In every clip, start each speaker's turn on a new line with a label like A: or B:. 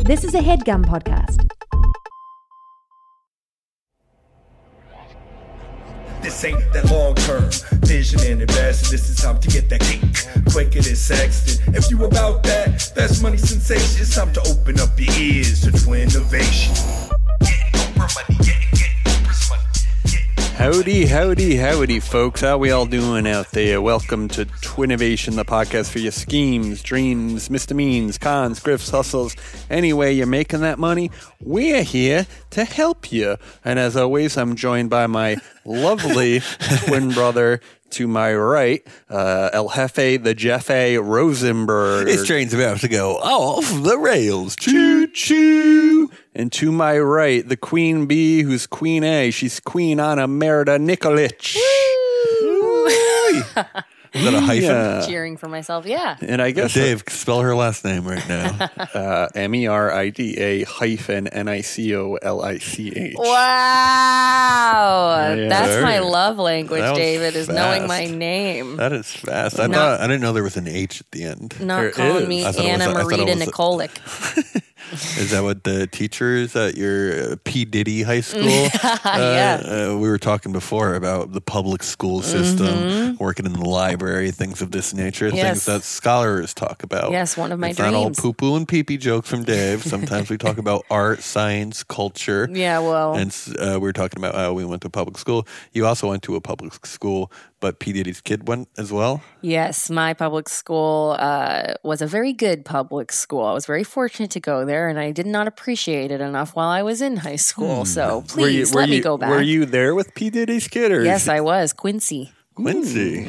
A: This is a headgum podcast.
B: This ain't that long term vision and investing. This is time to get that cake quicker than Sexton. If you about that, that's money sensation. It's time to open up your ears to twin innovation. Getting Oprah money, getting, getting Oprah's money. Getting-
C: Howdy, howdy, howdy, folks. How we all doing out there? Welcome to Twinnovation, the podcast for your schemes, dreams, misdemeans, cons, grifts, hustles. Any way you're making that money, we're here to help you. And as always, I'm joined by my lovely twin brother to my right, uh, El Jefe, the Jefe Rosenberg.
D: This train's about to go off the rails.
C: Choo choo. And to my right, the queen bee, who's queen A. She's Queen Anna Merida Nikolic.
D: Is that a hyphen?
C: Yeah.
E: cheering for myself. Yeah.
C: And I guess
D: Dave, spell her last name right now.
C: uh, M E R I D A hyphen N I C O L I C H.
E: Wow.
C: Yeah.
E: That's
D: Very-
E: my love language,
D: that was
E: David, is knowing my
D: fast.
E: name.
D: that is fast. I
E: No.
D: thought I didn't know there was an H at the end.
C: there
E: Not calling
C: is.
E: me
D: I thought it was
E: Anna
D: a- I thought it
E: Marita
D: was a-
E: Nikolic.
D: Is that what the teachers at your uh, P Diddy High School?
E: Yeah.
D: uh, we were talking before about the public school system, working in the library, things of this nature,
E: Mm-hmm.
D: things
E: Yes.
D: that scholars talk about.
E: Yes, one of my
D: it's not all
E: dreams.
D: poo poo and pee pee jokes from Dave. Sometimes we talk about art, science, culture.
E: Yeah, well,
D: And uh, we were talking about how we went to public school. You also went to a public school, but P. Diddy's kid went as well.
E: yes, my public school uh, was a very good public school. I was very fortunate to go there, and I did not appreciate it enough while I was in high
D: Hmm.
E: school. So please let me go back.
C: Were you there with P. Diddy's kid? Or
E: yes, I was. Quincy.
D: Quincy.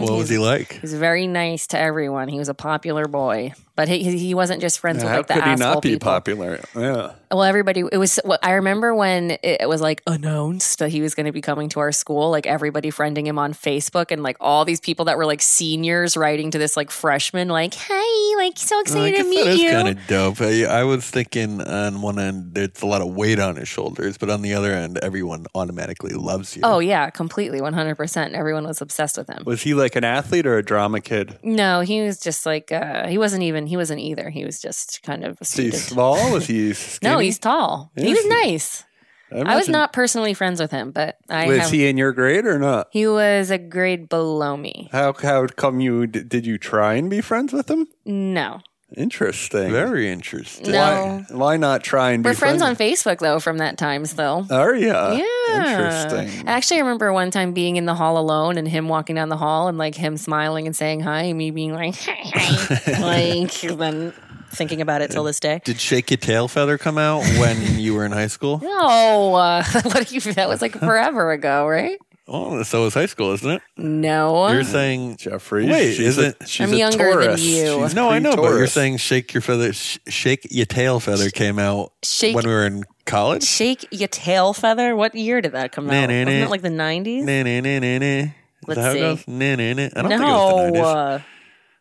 D: What was he like?
E: He was very nice to everyone. He was a popular boy, but he, he wasn't just friends with
C: How
E: like the
C: could he
E: asshole
C: not be
E: people.
C: popular? Yeah.
E: Well, everybody, it was, well, I remember when it was like announced that he was going to be coming to our school, like everybody friending him on Facebook and like all these people that were like seniors writing to this like freshman, like, hey, like so
D: I guess
E: excited to
D: that
E: meet
D: is
E: you.
D: kind of dope. I, I was thinking on one end, there's a lot of weight on his shoulders, but on the other end, everyone automatically loves you.
E: oh, yeah, completely, 100%. Everyone was obsessed with him.
C: Was he like an athlete or a drama kid?
E: No, he was just like, uh, he wasn't even, he wasn't either. He was just kind of a
C: Was he
E: student.
C: small? Was he skinny?
E: no, he's tall. He
C: Is
E: was
C: he?
E: nice. I was
C: imagine-
E: not personally friends with him, but I
C: Was
E: have, he-,
C: he in your grade or not?
E: was a grade below me.
C: How how come you d- did you try and be friends with him?
E: No.
C: Interesting.
D: Very interesting.
E: No.
C: Why, why not try and
E: We're
C: be
E: friends on Facebook though from that times though.
C: Are ya?
D: Uh,
E: yeah.
C: Interesting.
E: Actually, I remember one time being in the hall alone and him walking down the hall and like him smiling and saying hi, and me being like, hi, hi. like, then thinking about it till this day.
D: Did Shake Your Tail Feather come out when you were in high school?
E: No, uh, what do you, that was like forever ago, right?
D: Oh, so was high school, isn't it?
E: No.
D: You're saying.
C: Jeffrey.
D: Wait,
C: she's
D: is
C: a,
D: it-
C: She's
E: I'm
C: a
E: younger than
C: Taurus.
E: you.
C: She's
D: No, I know, but you're
C: pre-Taurus.
D: saying Shake Your Feather, sh- Shake Your Tail Feather came out
E: Shake-
D: when we were in college?
E: Shake your tail feather. What year did that come
D: Nah,
E: out?
D: nah,
E: Wasn't
D: nah.
E: it like the 90s?
D: Nah, nah, nah, nah, nah. Is
E: Let's
D: that how
E: see.
D: it goes? Nah, nah, nah. I don't think it was the
E: no.
D: 90s.
E: uh,
D: It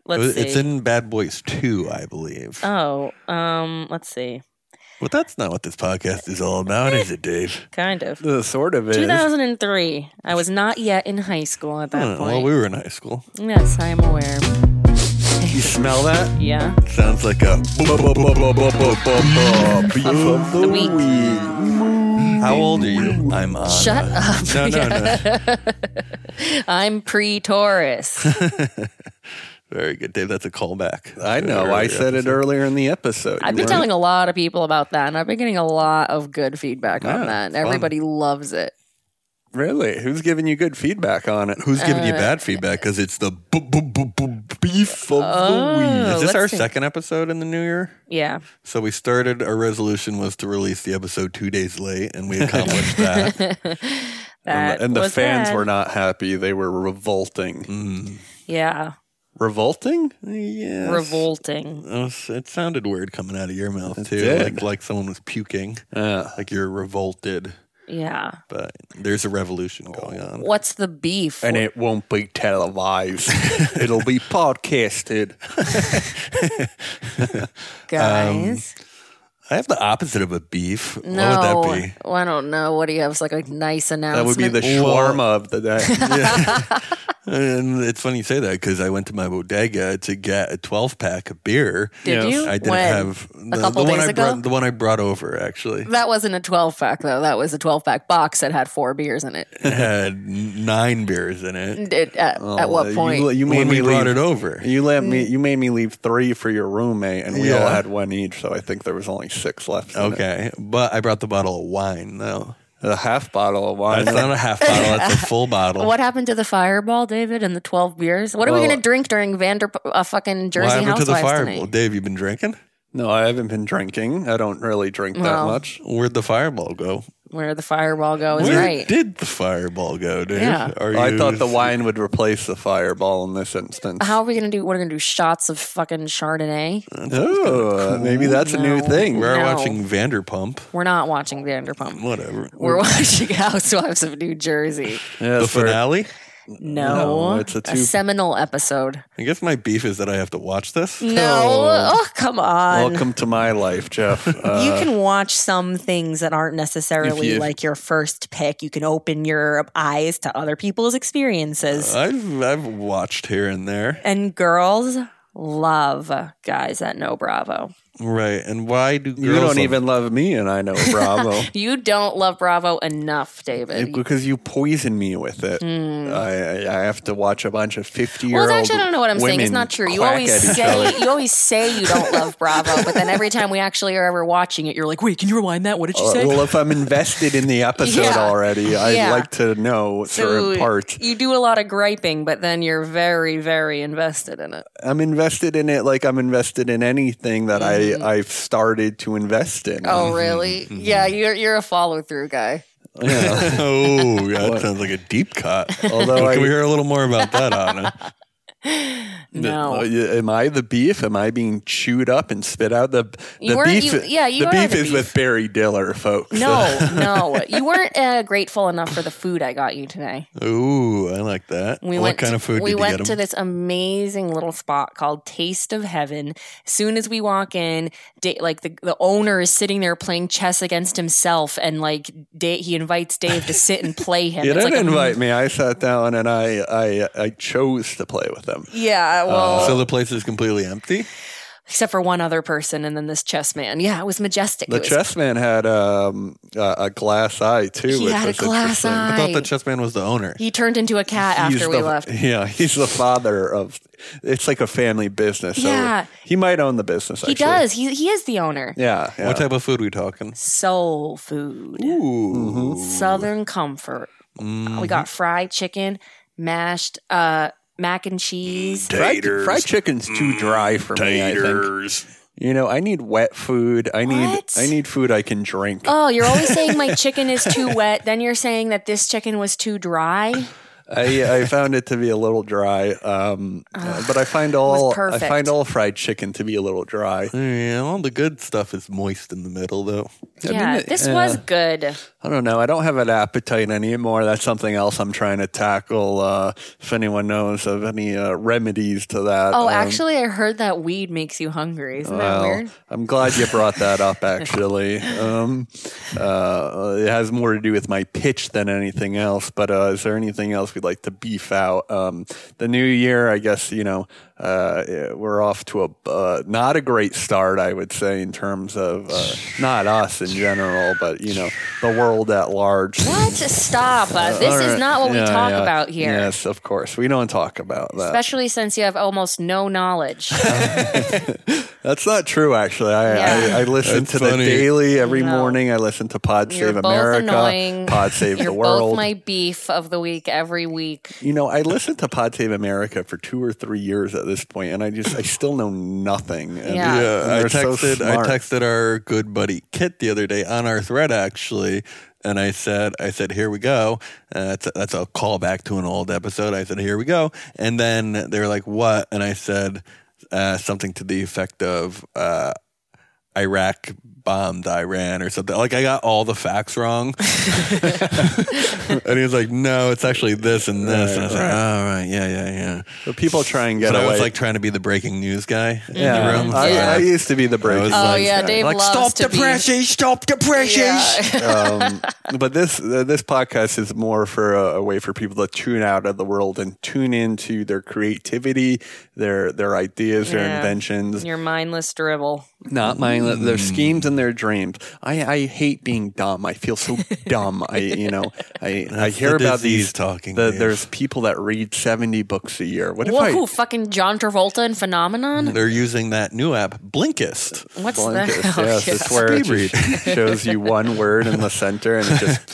E: let's
D: was-
E: see.
D: it's in Bad Boys 2, I believe.
E: oh, um, let's see.
D: but that's not what this podcast is all about, is it, Dave?
E: Kind of.
C: the sort of is.
E: 2003. I was not yet in high school at that
D: Huh,
E: point.
D: Uh, Well, we were in high school.
E: yes, I am aware.
C: You smell that?
E: Yeah.
D: Sounds like a.
C: Beef of the
E: week.
D: How old are you? I'm on.
E: Shut up.
D: No, no, no.
E: I'm pre Taurus.
D: Very good, Dave. That's a callback.
C: I know. I said it earlier in the episode.
E: I've
C: You
E: been
C: weren't-
E: telling a lot of people about that, and I've been getting a lot of good feedback
D: Yeah,
E: on that.
D: it's fun.
E: Everybody loves it.
C: Really? Who's giving you good feedback on it?
D: Who's giving you bad feedback? Because it's the bu- bu- bu- bu- beef of the week. Is this
E: let's
D: our
E: see.
D: second episode in the new year?
E: Yeah.
D: So we started. Our resolution was to release the episode two days late, and we accomplished that.
C: And
E: That
C: the, and the
E: was
C: fans
E: bad.
C: were not happy. They were revolting.
E: Yeah.
C: Revolting?
D: Yeah,
E: Revolting.
D: Uh, It sounded weird coming out of your mouth too,
C: did.
D: like like someone was puking,
C: Uh,
D: like you're revolted.
E: Yeah.
D: But there's a revolution going on.
E: What's the beef?
C: and it won't be televised. It'll be podcasted.
D: um,
E: guys.
D: I have the opposite of a beef.
E: No,
D: What would that be?
E: Well, I don't know. What do you have? It's like a nice
C: That would
E: announcement.
C: be the shawarma of the day.
D: And it's funny you say that because I went to my bodega to get a 12 pack of beer.
E: Did
C: Yes.
E: you?
D: I didn't
E: When?
D: have
E: a couple
D: the one
E: days
D: I
E: ago.
D: brought, the one I brought over actually.
E: that wasn't a twelve pack though. That was a twelve pack box that had four beers in it.
D: It had nine beers in it.
E: It- uh, at, at
C: Oh,
E: what
C: you-
E: point?
C: You, made
D: when
C: me
D: we brought
C: leave-
D: it over.
C: You let me.
E: Mm.
C: You made me leave three for your roommate, and we all
D: Yeah.
C: had one each. So I think there was only six left. in it.
D: Okay, but I brought the bottle of wine though.
C: a half bottle of wine.
D: That's not a half bottle. That's a full bottle.
E: what happened to the fireball, David, and the twelve beers? What are we
C: Well-
E: going to drink during Vander uh, fucking Jersey
D: what happened to
E: Housewives
D: the fireball,
E: tonight?
D: Dave? You been drinking?
C: no, I haven't been drinking. I don't really drink that
E: Well.
C: much.
D: Where'd the fireball go?
E: Where the fireball go is
D: Where
E: right.
D: did the fireball go, Dave?
E: Yeah.
D: Are
C: I
D: you-
C: thought the wine would replace the fireball in this instance.
E: How are we going to do? We're going to do shots of fucking Chardonnay.
C: Oh, maybe that's a new
E: No.
C: thing.
D: We're
E: No.
D: watching Vanderpump.
E: We're not watching Vanderpump.
D: Whatever.
E: We're watching Housewives of New Jersey.
C: Yeah,
D: the
C: for-
D: finale.
E: No,
C: No, it's a two-
E: seminal episode.
D: I guess my beef is that I have to watch this.
E: No, oh come on.
C: Welcome to my life, Jeff. Uh,
F: you can watch some things that aren't necessarily
D: you-
F: like your first pick. You can open your eyes to other people's experiences.
D: I've I've watched here and there.
F: and girls love guys that know Bravo.
D: Right. And why do girls
C: you don't
D: love-
C: even love me, and I know Bravo.
E: You don't love Bravo enough, David.
C: because you poison me with it. I, I I have to watch a bunch of fifty year
E: Hmm. Well,
C: old.
E: it's actually, I don't know what I'm saying. It's not true. You always say you always say you don't love Bravo, but then every time we actually are ever watching it, you're like, "Wait, can you rewind that? What did she say?"
C: Uh, well, if I'm invested in the episode
E: Yeah.
C: already, I'd
E: Yeah.
C: like to know certain Oh, parts.
E: you do a lot of griping, but then you're very, very invested in it.
C: I'm invested in it like I'm invested in anything that I I've started to invest in.
E: Mm-hmm. Oh, really?
C: Mm-hmm.
E: Yeah, you're you're a follow through guy.
D: oh, that sounds like a deep cut.
C: Although I,
D: Can we hear a little more about that, Anna?
C: Oh, yeah, am I the beef? Am I being chewed up and spit out? The
E: You
C: the
E: weren't-
C: beef,
E: you- yeah, you
C: the
E: are
C: beef
E: the
C: is
E: beef.
C: with Barry Diller, folks.
E: No, no, you weren't uh, grateful enough for the food I got you today.
D: Ooh, I like that.
E: We
D: what
E: went
D: kind
E: to,
D: of food
E: we
D: did
E: went
D: you get
E: to
D: 'em?
E: this amazing little spot called Taste of Heaven. Soon as we walk in, da- like the, the owner is sitting there playing chess against himself, and like da- he invites Dave to sit and play him.
C: You
E: It's
C: didn't
E: like a-
C: invite me. I sat down and I I I chose to play with them.
E: yeah, well,
D: so the place is completely empty.
E: except for one other person, and then this chess man. Yeah, it was majestic.
C: The
E: It was-
C: chess man had um, a, a glass eye too.
E: He
C: which
E: had a
C: was
E: glass
C: interesting.
E: eye.
D: I thought the
E: Right.
D: chess man was the owner.
E: He turned into a cat
C: He's
E: after we
C: the-
E: left.
C: Yeah, he's the father of. It's like a family business. So
E: Yeah.
C: he might own the business.
E: He
C: actually.
E: does. He he is the owner.
C: Yeah, yeah.
D: What type of food we talking?
E: Soul food.
C: mm-hmm.
D: Ooh.
E: Southern comfort. We got fried chicken, mashed uh, mac and cheese.
C: fried, fried chicken's
D: Mm,
C: too dry for me. I think. You know, I need wet food. I need
E: What?
C: I need food I can drink.
E: Oh, you're always saying my chicken is too wet. Then you're saying that this chicken was too dry.
C: I, I found it to be a little dry, um, but I find all I
E: perfect.
C: find all fried chicken to be a little dry.
D: Yeah, all the good stuff is moist in the middle, though.
E: yeah,
C: it-
E: this
C: yeah.
E: was good.
C: I don't know. I don't have an appetite anymore. That's something else I'm trying to tackle. Uh, if anyone knows of any uh, remedies to that,
E: Oh,
C: um,
E: actually, I heard that weed makes you hungry. Isn't that
C: well,
E: weird?
C: I'm glad you brought that up. Actually, um, uh, it has more to do with my pitch than anything else. But uh, is there anything else we'd like to beef out? Um, the new year, I guess you know uh, we're off to a uh, not a great start. I would say in terms of uh, not us in general, but you know the world at large.
E: What? Stop. Uh, this
C: All
E: is
C: right.
E: not what
C: Yeah,
E: we talk
C: yeah.
E: about here.
C: Yes, of course. We don't talk about that.
E: Especially since you have almost no knowledge.
C: That's not true, actually. I,
E: Yeah.
C: I, I listen
D: That's
C: to the
D: funny.
C: daily every
E: No.
C: morning. I listen to Pod
E: You're
C: Save
E: both
C: America,
E: annoying.
C: Pod Save
E: You're
C: the World.
E: both my beef of the week every week.
C: you know, I listened to Pod Save America for two or three years at this point, and I just, I still know nothing. And
E: Yeah.
C: and
D: Yeah, Uh, I
C: they're so
D: texted
C: smart.
D: I texted our good buddy Kit the other day on our thread actually, and I said I said here we go. Uh, that's a, that's a callback to an old episode. I said here we go, and then they were like what? And I said uh, something to the effect of uh, Iraq bombed Iran or something. Like I got all the facts wrong. and he was like, no, it's actually this and this. and I was like, all right, yeah, yeah, yeah.
C: But people try and get
D: But I
C: away.
D: was like trying to be the breaking news guy in the
C: yeah,
D: room.
C: I,
D: Yeah.
C: I used to be the
D: I
C: break.
D: was
E: Oh
D: like-
E: yeah, Dave
D: like,
E: loves
D: stop
E: to
D: the
E: be-
D: presses, stop the presses.
C: um, but this uh, this podcast is more for a, a way for people to tune out of the world and tune into their creativity, their their ideas, their
E: Yeah.
C: inventions,
E: Your mindless dribble.
C: not mine, their
D: Mm.
C: schemes and their dreams. I, I hate being dumb. I feel so dumb. I you know I I
D: That's
C: hear
D: the
C: about these
D: disease talking,
C: the-
D: Dave.
C: there's people that read seventy books a year. What if
E: Whoa,
C: I
E: who, fucking John Travolta and Phenomenon?
D: They're using that new app, Blinkist.
E: What's
C: Blinkist,
E: that? Oh,
C: yes,
E: yeah.
C: it's where it
D: Speed read.
C: just shows you one word in the center and it just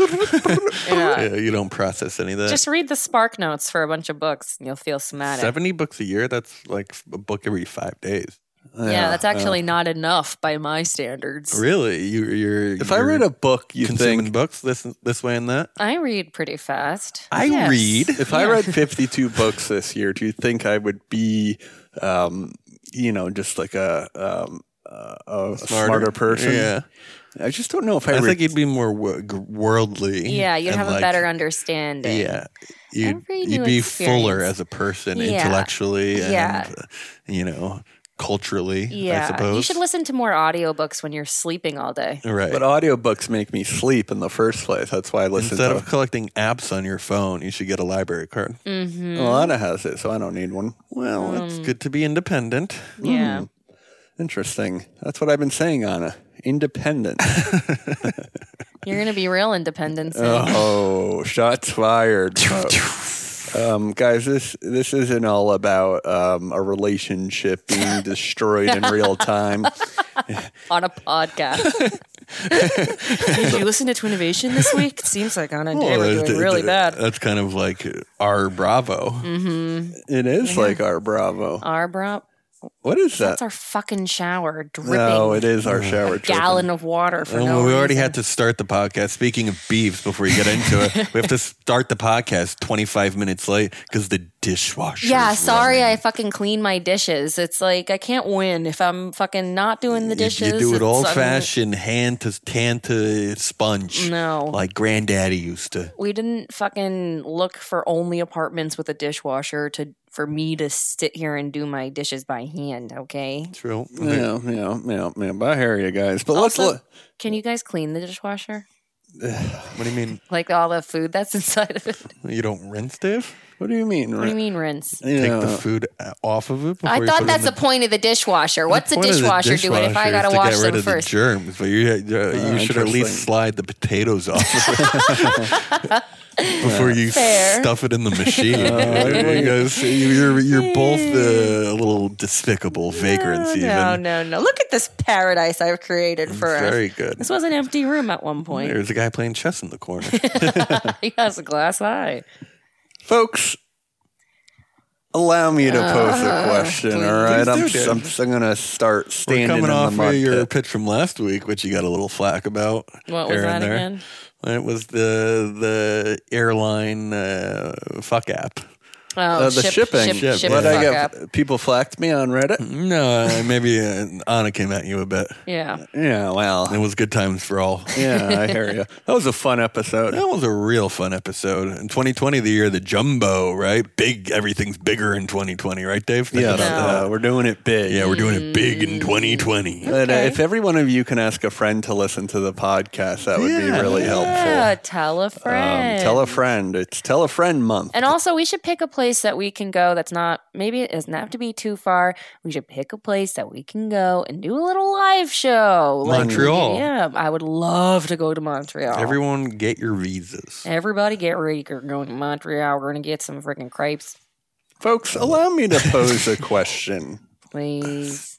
E: Yeah.
D: Yeah, you don't process any of that.
E: Just read the spark notes for a bunch of books and you'll feel smart. Yeah,
D: 70 books a year, that's like a book every five days.
E: that's actually not enough by my standards.
D: Really? You, you're
C: If I read a book, you
D: consuming
C: think
D: books this this way and that.
E: I read pretty fast.
D: I
E: Yes.
D: read.
C: if I read 52 books this year, do you think I would be, um, you know, just like a, um, uh, a smarter, person?
D: Yeah,
C: I just don't know if I,
D: I
C: read.
D: think you'd be more wo- g- worldly.
E: Yeah, you'd
D: and
E: have a
D: like-
E: better understanding.
D: Yeah, you'd,
E: Every new
D: you'd be fuller as
E: experience.
D: a person
E: Yeah.
D: intellectually and uh,
E: Yeah.
D: you know culturally. I
E: Yeah.
D: suppose
E: You should listen to more audiobooks when you're sleeping all day.
D: Right.
C: but audiobooks make me sleep in the first place. That's why I listen
D: Instead
C: to
D: of collecting apps on your phone, you should get a library card.
C: Alana has it, so I don't need one.
D: Well, it's good to be independent.
E: Um, Yeah.
C: Interesting. That's what I've been saying, Anna. Independent.
E: You're going to be real independent. soon.
C: Oh, shots fired. folks. um, guys, this this isn't all about um, a relationship being destroyed in real time.
E: on a podcast. Did you listen to Twinnovation this week? It seems like Anna and Dave
D: Well,
E: are
D: it's-
E: doing really
D: it's-
E: bad. Mm-hmm.
D: That's kind of like our Bravo.
C: It is like our Bravo.
E: Our bra,
C: What is that?
E: that's our fucking shower dripping
C: no, it is our shower. dripping.
E: gallon of water for
D: And
E: no
D: Oh, well, we already
E: reason.
D: had to start the podcast. Speaking of beefs, before we get into it, we have to start the podcast 25 minutes late because the dishwasher.
E: Yeah, sorry, I fucking clean my dishes. It's like I can't win if I'm fucking not doing the
D: If
E: dishes.
D: you do it
E: it's-
D: old
E: I'm-
D: fashioned, hand to tan to sponge.
E: No.
D: Like granddaddy used to.
E: We didn't fucking look for only apartments with a dishwasher to for me to sit here and do my dishes by hand. Okay,
D: True.
C: Yeah, yeah, yeah, yeah. But I hear you guys. But let's
E: Also-
C: look.
E: can you guys clean the dishwasher?
D: What do you mean?
E: Like all the food that's inside of it.
D: You don't rinse, Dave?
C: What do you mean?
E: What do you mean rinse?
C: You
D: Take the
C: know,
D: food uh, off of it. Before
E: I
D: you
E: thought
D: put it
E: that's
D: in
E: the point of the dishwasher. What's a
D: Point of the
E: dishwasher, doing if
D: dishwasher
E: I gotta
D: is to
E: wash
D: get
E: them
D: rid of the
E: first?
D: germs, but you, uh, you should at
C: Oh, interesting.
D: least slide the potatoes off of it before you
E: Fair.
D: stuff it in the machine.
C: Oh,
D: you guys, you're you're both uh, a little despicable vagrants. even
F: No, no, no. Look at this paradise I've created for us.
D: very good.
E: This was an empty room at one point.
D: There's a guy playing chess in the corner.
E: he has a glass eye.
C: folks. Allow me
E: Uh,
C: to pose a question. all right,
D: Please
C: I'm,
D: do,
C: I'm,
D: dude.
C: I'm gonna start
D: We're
C: standing in
D: coming
C: the
D: off
C: mud
D: of your
C: pit.
D: pitch from last week, which you got a little flack about.
E: What was
D: here
E: that
D: and there.
E: again?
D: It was the the airline uh, fuck app.
E: Oh,
C: Uh, the shipping.
E: Ship,
D: Ship,
E: ship
C: But
E: the
C: I
E: fuck
C: got
E: up.
C: people flacked me on Reddit.
D: No, uh, maybe uh, Anna came at you a bit.
E: Yeah.
C: Yeah, well,
D: It was good times for all.
C: yeah, I hear you. That was a fun episode.
D: That was a real fun episode. In 2020, the year of the jumbo, right? Big, everything's bigger in 2020, right, Dave? Think
C: Yeah,
D: about that.
C: uh, we're doing it big.
D: yeah, we're doing it big
E: Mm.
D: in 2020.
C: But uh, if every one of you can ask a friend to listen to the podcast, that would be
D: Yeah.
C: really
E: Yeah,
C: helpful.
E: Ah, tell a
C: Um,
E: friend.
C: tell a friend. It's tell a friend month.
E: and also, we should pick a place that we can go that's not, maybe it doesn't have to be too far. We should pick a place that we can go and do a little live show.
D: Montreal.
E: yeah, I would love to go to Montreal.
D: Everyone, get your visas.
E: Everybody get ready. We're going to Montreal. We're going to get some freaking crepes,
C: Folks, allow me to pose a question.
E: please.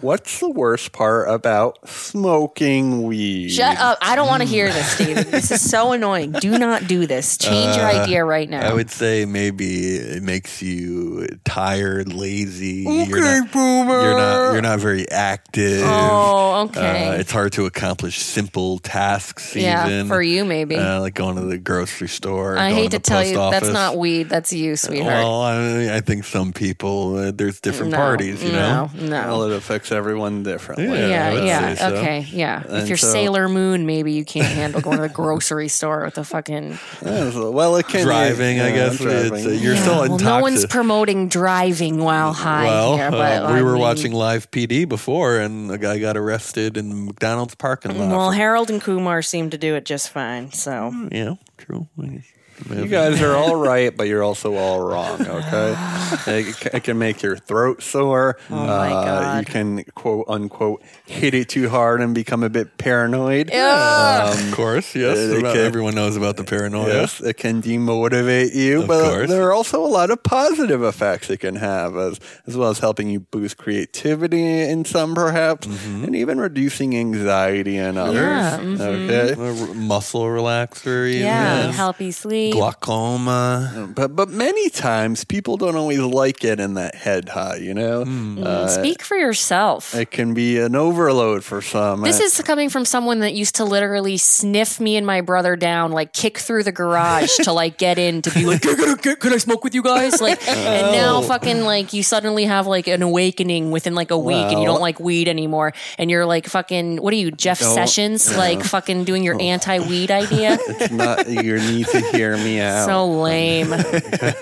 C: What's the worst part about smoking weed?
E: Shut up. I don't want to hear this, Steven. This is so annoying. Do not do this. Change your idea right now.
D: Uh, I would say maybe it makes you tired, lazy. you're not, boomer. You're not, you're not very active.
E: oh,
D: Uh,
E: okay.
D: it's hard to accomplish simple tasks.
E: yeah,
D: even.
E: for you, maybe.
D: Uh, like going to the grocery store.
E: I
D: going
E: hate
D: the
E: to tell
D: post
E: you, that's
D: office.
E: not weed. That's you, sweetheart.
D: Well, I, I think some people uh, there's different
E: No,
D: parties, you know.
E: no, no.
C: Well, it affects everyone differently.
D: Yeah, I
E: yeah,
D: would
E: yeah,
D: say so.
E: okay, yeah.
C: And
E: if you're
C: so-
E: Sailor Moon, maybe you can't handle going to the grocery store with the fucking.
C: Yeah, so- well, it can
D: Driving,
C: yeah,
D: I guess.
C: driving.
D: It's, uh, you're still
E: well,
D: intoxicated.
E: no one's promoting driving while high
D: well,
E: here,
D: uh,
E: but
D: we
E: I
D: were
E: mean-
D: watching live PD before, and a guy got arrested in the McDonald's parking lot.
F: Well,
D: for-
F: Harold and Kumar seem to do it just fine. So
D: yeah, true.
C: You guys are all right, but you're also all wrong. Okay, it, c- it can make your throat sore. Oh
E: my God.
C: You can quote unquote hit it too hard and become a bit paranoid. Um,
D: of course, yes.
C: it
D: about-
C: can-
D: everyone knows about the paranoia.
C: Yes, it can demotivate you,
D: Of
C: but
D: course.
C: there are also a lot of positive effects it can have, as, as well as helping you boost creativity in some, perhaps,
D: Mm-hmm.
C: and even reducing anxiety in others.
E: Yeah, mhm.
C: Okay.
D: A r- muscle relaxer. even,
E: yeah,
D: yes.
E: help you sleep.
D: Glaucoma.
C: But but many times people don't always like it in that head high, you know.
D: Hmm.
E: Mm.
C: Uh,
E: Speak for yourself.
C: it can be an overload for some.
E: This is coming from someone that used to literally sniff me and my brother down, like kick through the garage to like get in to be like, "Can- can, can- can I smoke with you guys? Like, and
C: Oh.
E: now fucking like you suddenly have like an awakening within like a week, and you
C: Well.
E: don't like weed anymore, and you're like fucking what are you, Jeff
C: Don't- Oh.
E: Sessions? Like fucking doing your anti-weed idea?
C: It's not you need to hear me out.
E: so lame.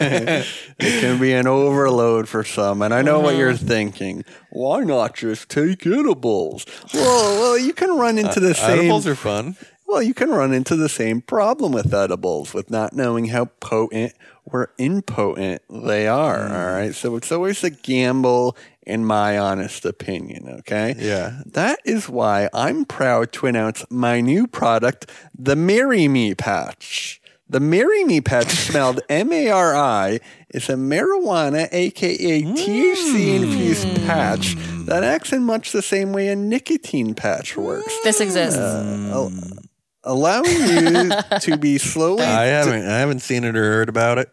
C: it can be an overload for some, and I know what you're thinking. Why not just take edibles? Well, well, you can run into the Oh, same.
D: Uh, Edibles are fun.
C: Well, you can run into the same problem with edibles, with not knowing how potent or impotent they are. All right. So it's always a gamble, in my honest opinion. Okay.
D: Yeah.
C: That is why I'm proud to announce my new product, the Marry Me Patch. The Marry Me Patch, spelled M A R I, is a marijuana, aka THC infused patch that acts in much the same way a nicotine patch works
E: This exists.
C: al- allowing you to be slowly
D: I haven't. I haven't seen it or heard about it.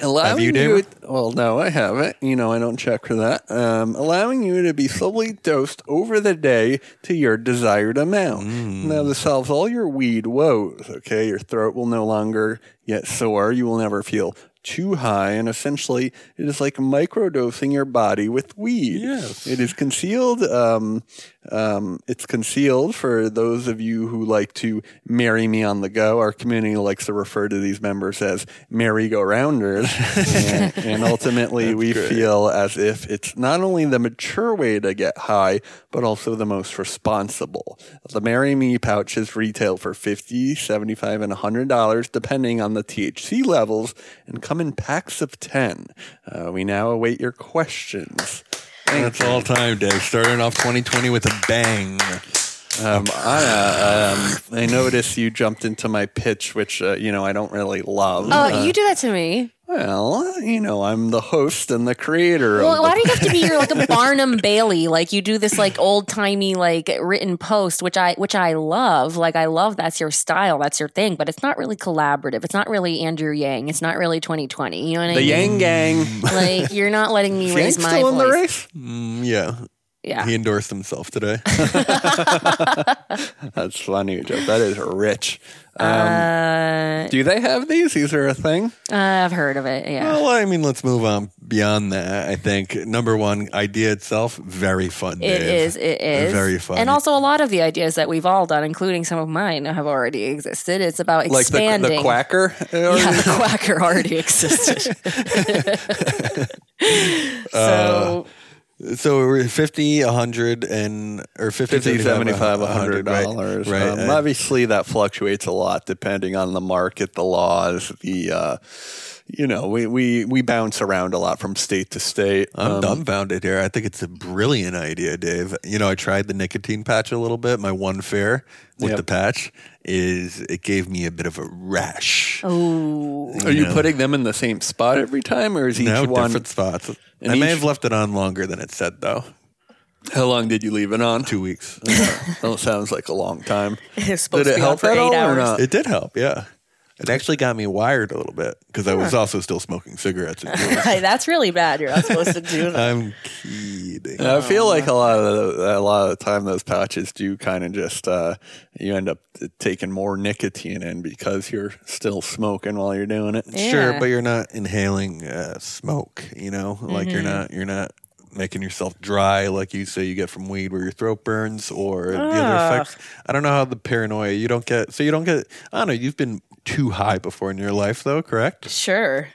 C: allowing
D: Uh, Have you, David?
C: well no i haven't you know i don't check for that um, allowing you to be slowly dosed over the day to your desired amount
D: Mm.
C: now this solves all your weed woes okay your throat will no longer get sore you will never feel too high and essentially it is like microdosing your body with weed
D: Yes.
C: it is concealed um, um, it's concealed for those of you who like to marry me on the go our community likes to refer to these members as merry-go-rounders and, and ultimately we feel as if it's not only the mature way to get high but also the most responsible the marry me pouches retail for 50 75 and 100 dollars depending on the thc levels and come in packs of 10 uh, we now await your questions
D: That's all time, Dave. Starting off 2020 with a bang.
C: Um, I, uh, um, I noticed you jumped into my pitch, which uh, you know I don't really love.
E: Oh, you do that to me.
C: well, you know I'm the host and the creator. of
E: Well,
C: the-
E: why do you have to be your like a Barnum Bailey? Like you do this like old timey like written post, which I which I love. Like I love that's your style, that's your thing. But it's not really collaborative. It's not really Andrew Yang. It's not really 2020. You know what I
C: the
E: mean?
C: Yang Gang?
E: Like you're not letting me
C: Is
E: raise
C: Yang
E: my
C: still in the
E: voice.
C: race?
D: Mm, yeah.
E: Yeah.
D: He endorsed himself today. Oh,
C: That's funny, Joe. That is rich. Um,
E: uh,
C: do they have these? These are a thing.
E: I've heard of it. Yeah.
D: well, I mean, let's move on beyond that. I think number one, idea itself, very fun.
E: It
D: Dave.
E: is. It is.
D: Very fun.
E: And also, a lot of the ideas that we've all done, including some of mine, have already existed. It's about
C: Like the,
E: expanding.
C: the quacker. Or-
E: Yeah, the quacker already existed. so
D: So we're 50, 100, and or 50,
C: 50, 75, 100
D: right?
C: dollars.
D: Right.
C: Um,
D: And-
C: obviously, that fluctuates a lot depending on the market, the laws, the uh, you know, we, we we bounce around a lot from state to state.
D: I'm
C: Um,
D: dumbfounded here. I think it's a brilliant idea, Dave. You know, I tried the nicotine patch a little bit. My one fear with
C: Yep.
D: the patch is it gave me a bit of a
E: Oh,
D: rash.
C: Are you putting them in the same spot every time, or is each
D: no
C: one?
D: different spots.
C: And
D: I may
C: each-
D: have left it on longer than it said, though.
C: How long did you leave it on?
D: Two weeks.
C: that sounds like a long time.
F: it's supposed
C: Did
F: to
C: it
F: be on
C: help
F: for
C: at
F: eight
C: all or
F: hours.
C: not?
D: it did help. Yeah, it actually got me wired a little bit because I was also still smoking cigarettes. And doing-
F: Hey, that's really bad. You're not supposed to do that.
D: I'm kidding.
C: I
F: Oh,
C: feel like a lot of the, a lot of the time those pouches do kind of just uh, you end up t- taking more nicotine in because you're still smoking while you're doing it.
D: Sure,
E: Yeah. Mm-hmm.
D: but you're not inhaling uh, smoke. You know, like you're not you're not making yourself dry, like you say you get from weed, where your throat burns, or the
F: Ah.
D: other effects. I don't know how the paranoia you don't get. So you don't get. I don't know. You've been too high before in your life, though, correct?
G: Sure.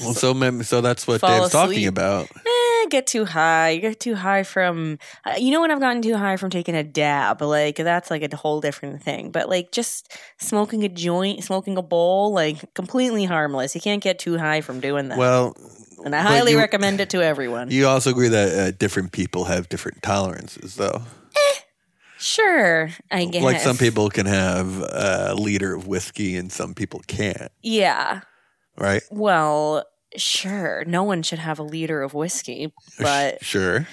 D: Well, so mem- so that's what
G: Fall
D: Dave's talking
G: asleep.
D: about.
E: Eh, get too high. You get too high from, uh, you know, when I've gotten too high from taking a dab, like that's like a whole different thing. But like just smoking a joint, smoking a bowl, like completely harmless. You can't get too high from doing that.
D: Well,
E: and I
D: but
E: highly
D: you-
E: recommend it to everyone.
D: You also agree that uh, different people have different tolerances, though.
E: sure, I guess.
D: Like some people can have a liter of whiskey and some people can't,
E: Yeah.
D: right?
E: Well, sure. No one should have a liter of whiskey, but
D: Sure.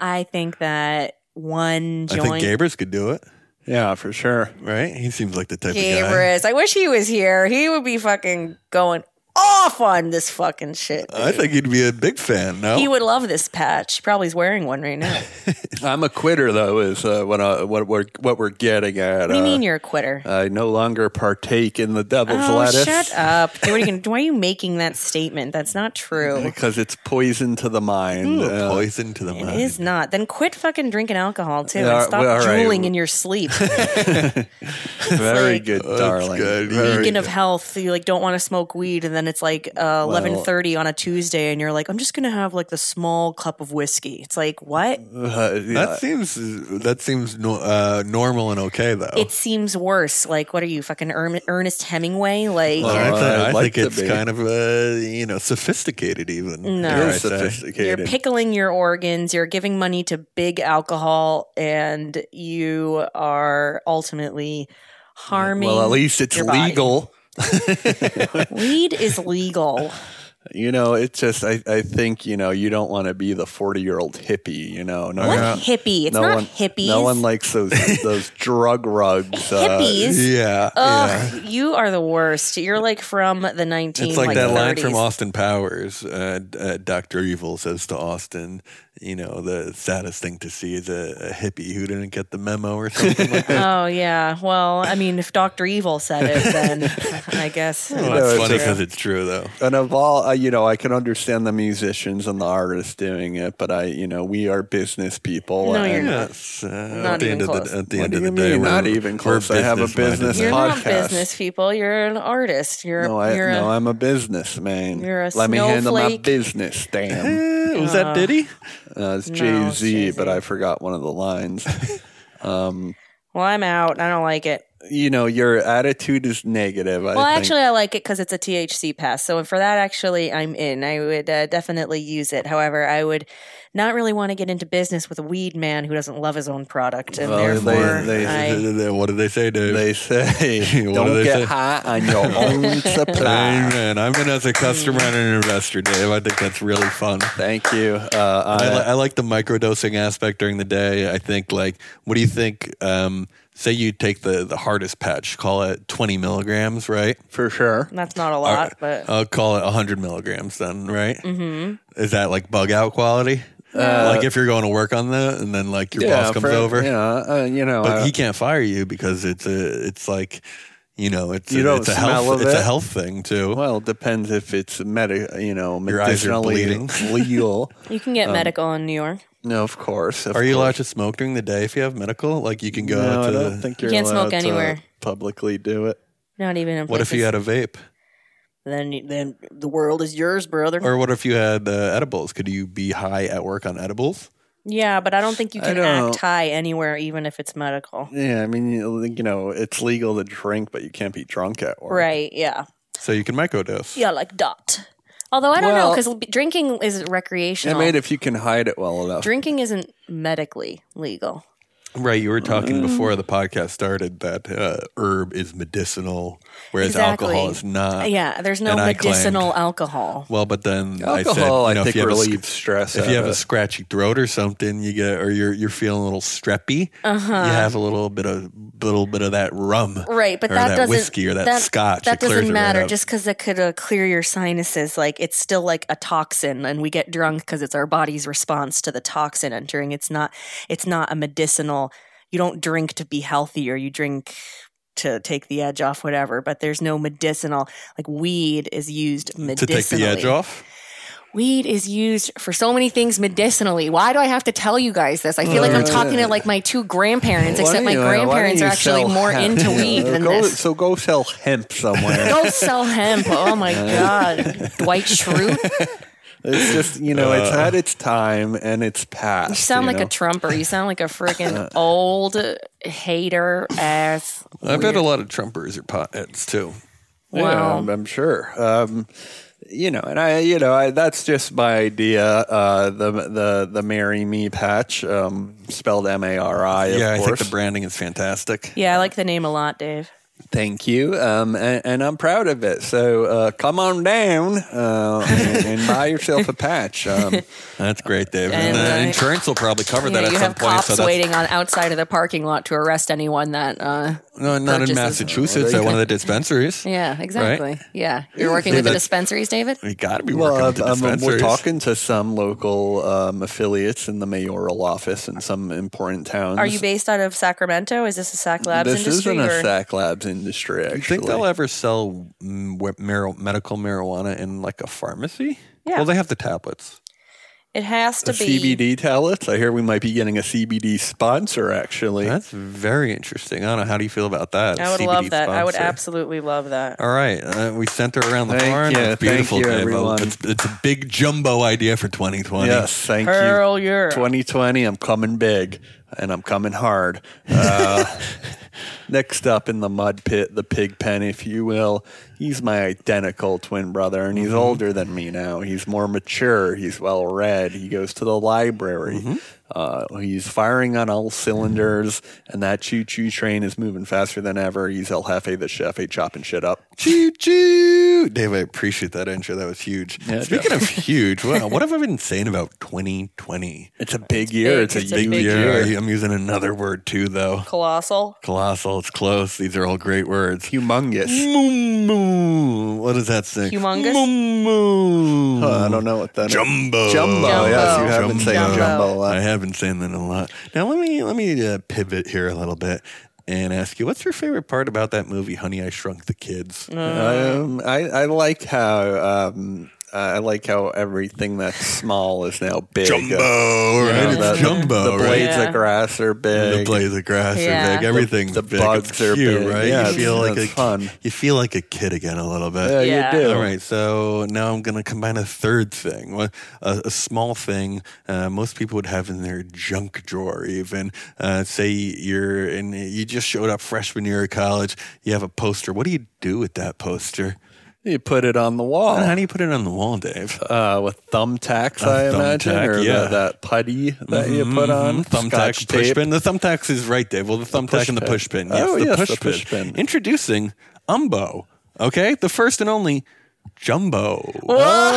E: I think that one
D: I think
E: joint.
D: Gabrus could do it,
C: Yeah, for sure.
D: right? He seems like the type of guy.
E: Gabrus. I wish he was here. He would be fucking going off on this fucking shit.
C: Uh,
D: I
E: dude.
D: think he'd be a big fan. No,
E: he would love this patch. He Probably is wearing one right now.
C: I'm a quitter, though, is uh, what, I, what, we're, what we're getting at.
E: What do you
C: uh,
E: mean you're a quitter?
C: I no longer partake in the devil's
E: oh,
C: lettuce.
E: shut up. Dude, what are you gonna- why are you making that statement? That's not true.
C: Because it's poison to the mind.
D: The
C: Uh,
D: poison to the
E: It
D: mind.
E: is not. Then quit fucking drinking alcohol too,
C: Yeah,
E: and stop
C: well, all right.
E: drooling in your sleep.
C: very
E: like-
C: good,
D: That's
C: darling. Uh,
D: good.
C: Very
E: Speaking of health, you like don't want to smoke weed, and then it's like uh, eleven thirty on a Tuesday, and you're like, I'm just gonna have like the small cup of whiskey. It's like what?
C: Uh, yeah.
D: That seems that seems no, uh, normal and okay though.
E: It seems worse. Like what are you fucking Ern- Ernest Hemingway? Like
D: Well, I,
C: Oh,
D: th-
C: I'd
D: I
C: like to
D: think it's
C: be.
D: kind of uh, you know sophisticated even.
E: No.
D: dare I
C: It is
D: say.
E: you're
C: sophisticated.
E: pickling your organs. You're giving money to big alcohol, and you are ultimately harming.
C: well, at least it's
E: your body.
C: legal.
E: weed is legal.
C: You know, it's just I, I think you know you don't want to be the forty year old hippie. You know, no,
E: What
C: no-
E: hippie? It's
C: no
E: not
C: one,
E: hippies.
C: No one uh, likes those those drug rugs.
E: hippies.
D: Yeah,
E: Oh,
D: yeah.
E: Ugh, you are the worst. You're like from the 19
D: It's like, that
E: 30s.
D: line from Austin Powers. Uh, uh, Doctor Evil says to Austin, "You know, the saddest thing to see is a, a hippie who didn't get the memo or something like that."
E: Oh yeah. Well, I mean, if Doctor Evil said it, then I guess.
D: Well, it's
C: it's
D: funny
C: true.
D: because it's true though.
C: and of all, uh, you know, I can understand the musicians and the artists doing it, but I, you know, we are business people.
E: No,
C: and-
E: you're not.
D: Yes, uh,
E: Not
D: at the
E: even
D: end
E: close.
D: of the, at the
C: What
D: end
C: do
D: of
C: you
D: the day,
C: mean?
D: we're-
C: Not even
D: we're
C: close. I have a
D: business-minded
C: business
E: You're
D: people.
E: not
C: podcast.
E: business people. You're an artist. You're
C: No, I,
E: you're a-
C: no, I'm a businessman.
E: you're a
C: Let me handle my
E: snowflake.
C: business, damn.
D: Eh, was that Diddy?
C: Uh, it's
E: No,
C: Jay
E: it's
C: Z,
E: Jay-Z.
C: but I forgot one of the lines. um,
E: well, I'm out. I don't like it.
C: you know, your attitude is negative.
E: Well,
C: I think.
E: actually, I like it because it's a THC pass. So for that, actually, I'm in. I would uh, definitely use it. However, I would not really want to get into business with a weed man who doesn't love his own product, and
C: Well, they-
E: therefore,
C: they-
E: I,
D: what did they say, Dave?
C: they say
D: What do
C: don't
D: they
C: get
D: say?
C: high on your own supply.
D: Amen. I'm in as a customer and an investor, Dave. I think that's really fun.
C: Thank you. Uh,
D: I,
C: I-
D: li- I like the microdosing aspect during the day. I think, like, what do you think? Um, say you take the, the hardest patch, call it 20 milligrams, right?
C: for sure.
E: that's not a lot, but
D: I'll call it 100 milligrams then, right? Mm-hmm. Is that like bug out quality?
E: Uh,
D: like, if you're going to work on that and then, like, your boss comes
C: for-
D: over,
C: Yeah, uh, you know,
D: but
C: I-
D: he can't fire you because it's a, it's like, you know, it's,
C: You
D: a,
C: don't
D: it's a
C: smell
D: health,
C: of
D: it's a
C: it?
D: health thing too.
C: well, it depends if it's medi- you know,
D: Your eyes are
C: medicinally
D: bleeding.
C: legal.
E: you can
C: um,
E: get medical in New York.
C: No, of course. of
D: Are you
C: course.
D: allowed to smoke during the day if you have medical? Like you can go
C: No,
D: out
C: I
D: to.
C: don't think
E: You
C: you're
E: can't
C: allowed
E: smoke
C: to
E: anywhere.
C: publicly do it.
E: Not even in
D: what if you
E: places-
D: had a vape,
E: then then the world is yours, brother.
D: or what if you had uh, edibles? Could you be high at work on edibles?
E: yeah, but I don't think you
C: I
E: can
C: don't-
E: act high anywhere, even if it's medical.
C: Yeah, I mean, you you know, it's legal to drink, but you can't be drunk at work.
E: Right? Yeah.
D: So you can microdose.
E: Yeah, like dot. Although I don't know
C: Well-
E: because drinking is
C: I
E: recreational.
C: mean, if you can hide it well enough.
E: drinking isn't medically legal.
D: Right. You were talking
C: Mm.
D: before the podcast started that uh, herb is medicinal, whereas
E: Exactly.
D: alcohol is not.
E: yeah, there's no
D: and I
E: medicinal
D: claimed-
E: alcohol.
D: Well, but then I said,
C: Alcohol, I,
D: you know, if
C: think,
D: you have a sc-
C: relieves stress.
D: if you have
E: uh,
C: out
D: a
C: of it.
D: scratchy throat or something, you get, or you're you're feeling a little streppy,
E: Uh-huh.
D: you have a little bit of little bit of that rum,
E: Right, but
D: or
E: that,
D: that,
E: doesn't
D: whiskey or that, scotch.
E: That
D: it clears
E: doesn't
D: it right
E: matter.
D: up.
E: Just because it could uh, clear your sinuses, like it's still like a toxin, and we get drunk because it's our body's response to the toxin entering. It's not. It's not a medicinal. You don't drink to be healthy, or you drink to take the edge off whatever. But there's no medicinal. Like weed is used
D: to
E: medicinally
D: take the edge off.
E: Weed is used for so many things medicinally. Why do I have to tell you guys this? I feel like I'm talking to like my two grandparents,
C: Uh, Why don't
E: except my
C: you, uh, why don't
E: grandparents
C: you
E: are actually
C: sell
E: more
C: hemp?
E: into weed than
C: Go-
E: this.
C: So go sell hemp somewhere.
E: Go sell hemp. Oh my God. Dwight Schrute.
C: it's just you know, it's
D: Uh,
C: had its time and it's past.
E: You sound like
C: know?
E: a Trumper. You sound like a freaking old hater ass.
D: I bet a lot of Trumpers are potheads too.
C: Yeah,
E: Wow.
C: I'm, I'm sure. Um, you know, and I, you know, I, that's just my idea. Uh, the the the marry me patch, um, spelled M A R I. of
D: Yeah, I think
C: course.
D: the branding is fantastic.
F: Yeah, I like the name a lot, Dave.
C: Thank you, um, and, and I'm proud of it. So uh, come on down uh, and, and buy yourself a patch. Um,
D: That's great, Dave. And,
E: And,
D: uh,
E: uh,
D: insurance will probably cover
E: Yeah,
D: that
E: you
D: at some
E: have
D: point.
E: cops
D: So that's
E: waiting on outside of the parking lot to arrest anyone that. Uh,
D: no, not in
E: purchases.
D: Massachusetts at one of the dispensaries.
E: yeah, exactly. Yeah, you're working
D: Yeah,
E: with the
D: that's-
E: dispensaries, David.
D: We got to be working
C: well,
D: with the
C: um, um,
D: dispensaries.
C: we're talking to some local um, affiliates in the mayoral office in some important towns.
F: Are you based out of Sacramento? Is this a Sac Labs
C: this
F: industry?
C: isn't a
F: or-
C: Sac Labs industry. Actually,
D: Do you think they'll ever sell mm, wa- mar- medical marijuana in like a pharmacy?
F: Yeah.
D: Well, they have the tablets.
F: it has to
C: The
F: be.
C: CBD tablets. I hear we might be getting a CBD sponsor actually.
D: That's very interesting. I don't know. How do you feel about that?
F: I would
D: CBD
F: love that. I would
D: sponsor.
F: absolutely love that.
D: All right, uh, we sent her around the
C: Thank
D: barn.
C: you.
D: It's
C: Thank
D: beautiful,
C: you,
D: Dave.
C: everyone.
D: It's, it's a big jumbo idea for 2020.
C: Yes, thank
F: Pearl
C: you.
F: Europe.
C: 2020, I'm coming big and I'm coming hard. Uh, next up in the mud pit, the pig pen, if you will. He's my identical twin brother, and
F: Mm-hmm.
C: he's older than me now. He's more mature. He's well read. He goes to the library.
F: Mm-hmm.
C: Uh, he's firing on all cylinders, and that choo choo train is moving faster than ever. He's El Jefe the Chef, he chopping shit up.
D: Choo choo, Dave. I appreciate that intro. That was huge. Speaking of huge, what, what have I been saying about 2020?
C: It's a big year.
F: big.
C: It's, a,
F: It's a
C: huge
F: big
C: year.
D: I'm using another word too, though.
F: Colossal.
D: Colossal. It's close. These are all great words.
C: Humongous.
D: Moo, moo. What does that say?
F: Humongous?
D: Moo, moo.
C: Uh, I don't know what that is.
D: Jumbo.
C: Jumbo.
F: Jumbo.
C: Yes, you have been saying
F: Jumbo.
C: jumbo, a
D: I
C: lot.
D: have been saying that a lot. Now let me let me uh, pivot here a little bit and ask you, what's your favorite part about that movie, Honey, I Shrunk the Kids?
F: Oh.
C: Um, I, I like how um, uh, I like how everything that's small is now big.
D: Jumbo,
C: Uh,
D: right?
C: you know,
D: it's
C: the,
D: jumbo,
C: The
D: right?
C: blades
F: Yeah.
C: of grass are big.
D: The blades of grass
F: Yeah.
D: are big. Everything's
C: the
D: big.
C: bugs
D: it's
C: are
D: cute,
C: big.
D: right?
C: Yeah,
D: you feel
C: it's-
D: like a
C: it's fun.
D: you feel like a kid again a little bit.
C: yeah,
F: Yeah.
C: you do.
D: All right, so now I'm going to combine a third thing, a, a small thing uh, most people would have in their junk drawer. Even uh, say you're in, you just showed up freshman year of college, you have a poster. What do you do with that poster?
C: You put it on the wall
D: How do you put it on the wall, Dave?
C: uh, with thumbtacks, I imagine,
D: thumbtack,
C: or the-
D: yeah. Mm-hmm,
C: that putty that you put on.
D: Thumbtack
C: Scotch
D: push
C: tape.
D: pin. The thumbtacks is right, Dave. Well, the thumbtack
C: push
D: and the
C: pin.
D: push pin. Yes,
C: Oh,
D: the,
C: yes,
D: push
C: the push
D: pin.
C: pin.
D: Introducing Umbo. Okay, the first and only Jumbo.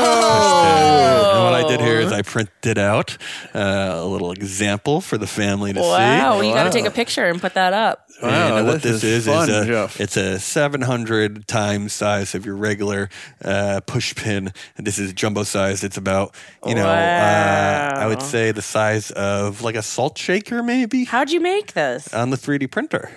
D: And what I did here is I printed out uh, a little example for the family to
F: Wow,
D: see.
F: you got to take a picture and put that up.
C: Wow,
D: and what
C: this
D: this,
C: is
D: is,
C: fun,
D: is a,
C: Jeff.
D: it's a 700 times size of your regular uh, push pin. This is jumbo sized. It's about, you know, uh, I would
F: Wow.
D: say the size of like a salt shaker, maybe
F: How'd you make this?
D: on the 3D printer,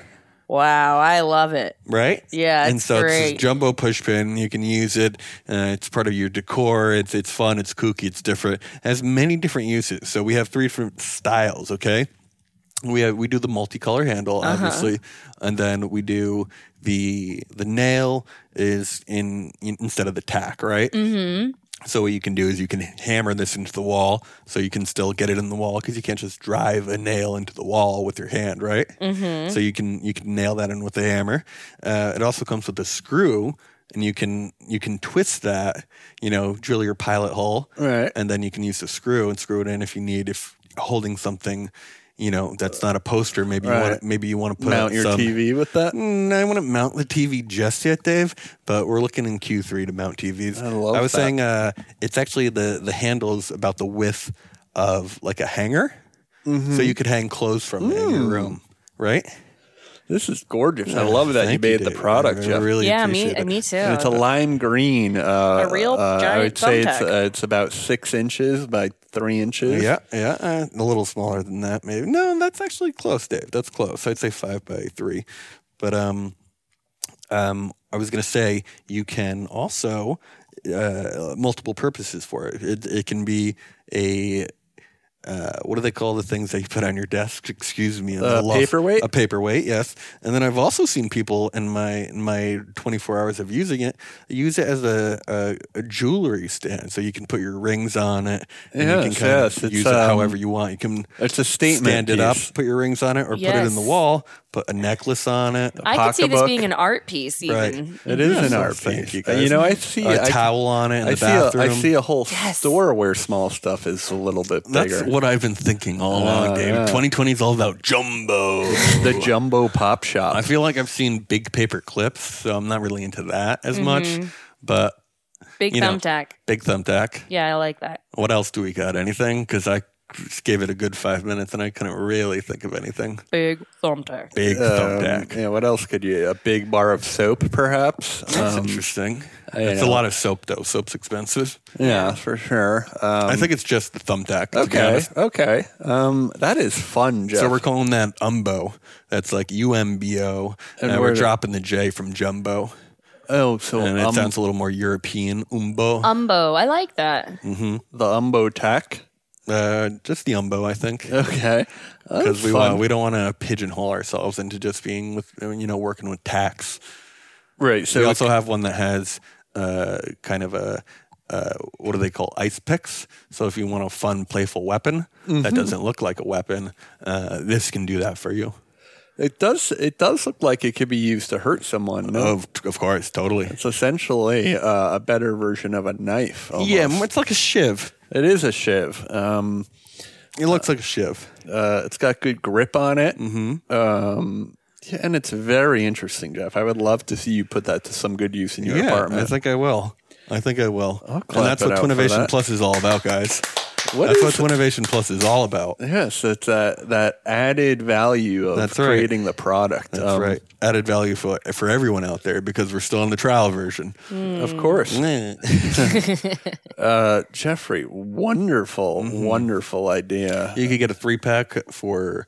F: Wow, I love it.
D: right?
F: Yeah,
D: and
F: it's
D: so it's
F: great.
D: this jumbo push pin. You can use it. Uh, it's part of your decor. It's it's fun. It's kooky. It's different. It has many different uses. So we have three different styles. Okay. We have, we do the multicolor handle
F: Uh-huh.
D: obviously, and then we do the the nail is in, in instead of the tack, right? So what you can do is you can hammer this into the wall, so you can still get it in the wall because you can't just drive a nail into the wall with your hand, right? Mm-hmm. So you can you can nail that in with a hammer. Uh, it also comes with a screw, and you can you can twist that, you know, drill your pilot hole,
C: Right.
D: And then you can use the screw and screw it in if you need if holding something, you know, that's not a poster. Maybe you want
C: Right.
D: to maybe you want to put
C: Mount
D: up
C: your
D: some-
C: TV with that.
D: Mm, I wouldn't mount the TV just yet, Dave, but we're looking in Q3 to mount TVs.
C: I love
D: was
C: that.
D: saying uh, it's actually the, the handle's about the width of like a hanger.
C: Mm-hmm.
D: So you could hang clothes from it in
C: Mm.
D: your room, right?
C: This is gorgeous. I love that you
D: Thank
C: made the
D: Dave.
C: product,
D: I
C: Jeff.
D: really
E: yeah, me,
D: appreciate it.
E: me too.
C: And it's a lime green. Uh,
F: A real
C: uh, I
F: giant
C: would say it's,
F: thumbtack.
C: uh, it's about six inches by three inches.
D: Yeah, yeah, uh, a little smaller than that, maybe. No, that's actually close, Dave. That's close. I'd say five by three, but um, um, I was gonna say you can also uh, multiple purposes for it. It, it can be a uh, what do they call the things that you put on your desk? Excuse me,
C: A
D: I lost-
C: Uh, paperweight?
D: A paperweight, yes. And then I've also seen people in my in my 24 hours of using it use it as a, a, a jewelry stand, so you can put your rings on it. And you can
C: Yes,
D: kind
C: yes,
D: of
C: it's,
D: use it however
C: um,
D: you want. You can
C: It's a statement.
D: stand it up,
C: piece.
D: put your rings on it, or put it in the
E: Yes.
D: wall, put a necklace on it.
E: I could see this
C: pocketbook.
E: being an art piece, even.
D: Right.
C: It is an
D: so
C: art
D: thank
C: piece.
D: you,
C: Uh, You,
D: guys.
C: know, I see
D: a
C: I-
D: towel on it in
C: I
D: the
C: see a,
D: bathroom.
C: I see a whole
E: Yes.
C: store where small stuff is a little bit
D: That's
C: bigger.
D: what I've been thinking all along,
C: Uh,
D: Dave.
C: yeah.
D: 2020 is all about jumbo.
C: the jumbo pop shop.
D: I feel like I've seen big paper clips, so I'm not really into that
E: Mm-hmm.
D: as much. But
E: Big
D: You know.
E: thumbtack.
D: big thumbtack.
E: Yeah, I like that.
D: What else do we got? Anything? Because I just gave it a good five minutes and I couldn't really think of anything.
E: Big thumbtack.
D: Big
C: Um,
D: thumbtack.
C: yeah, what else could you? A big bar of soap, perhaps.
D: That's
C: Um,
D: interesting.
C: I uh,
D: It's a
C: know.
D: lot of soap though. Soap's expensive.
C: yeah, for sure. Um,
D: I think it's just the thumbtack. to be
C: okay,
D: honest.
C: okay. Um, that is fun, Jeff.
D: So we're calling that Umbo. That's like UMBO.
C: And
D: And Uh, we're
C: where-
D: dropping the J from Jumbo.
C: oh, so
D: And it
C: um,
D: sounds a little more European. Umbo.
E: Umbo. I like that.
D: Mm.
C: the Umbo Tech.
D: Uh, just the Umbo, I think.
C: Okay,
D: because
C: That's
D: we
C: fun.
D: want we don't want to pigeonhole ourselves into just being with you know working with tax.
C: right. So
D: we
C: it's-
D: also have one that has uh, kind of a uh, what do they call ice picks? So if you want a fun, playful weapon
C: Mm-hmm.
D: that doesn't look like a weapon, uh, this can do that for you.
C: it does. It does look like it could be used to hurt someone. no?
D: Of of course, totally.
C: It's essentially uh, a better version of a knife. Almost.
D: Yeah, it's like a shiv.
C: it is a shiv. Um,
D: It looks like a shiv.
C: Uh, it's got good grip on it. Mm-hmm. Um, yeah, and it's very interesting, Jeff. I would love to see you put that to some good use in your
D: Yeah,
C: apartment.
D: I think I will. I think I will.
C: clap
D: And that's
C: it
D: what
C: out for
D: Twinnovation
C: that.
D: Plus is all about, guys.
C: What
D: that's
C: is
D: what
C: it?
D: Twinnovation Plus is all about.
C: Yes, it's that that added value of
D: That's right.
C: creating the product. Um,
D: That's right. Added value for for everyone out there because we're still in the trial version.
C: Of course,
D: Mm. you
C: uh, Jeffrey. Wonderful,
D: Mm-hmm.
C: wonderful idea.
D: could get a three pack for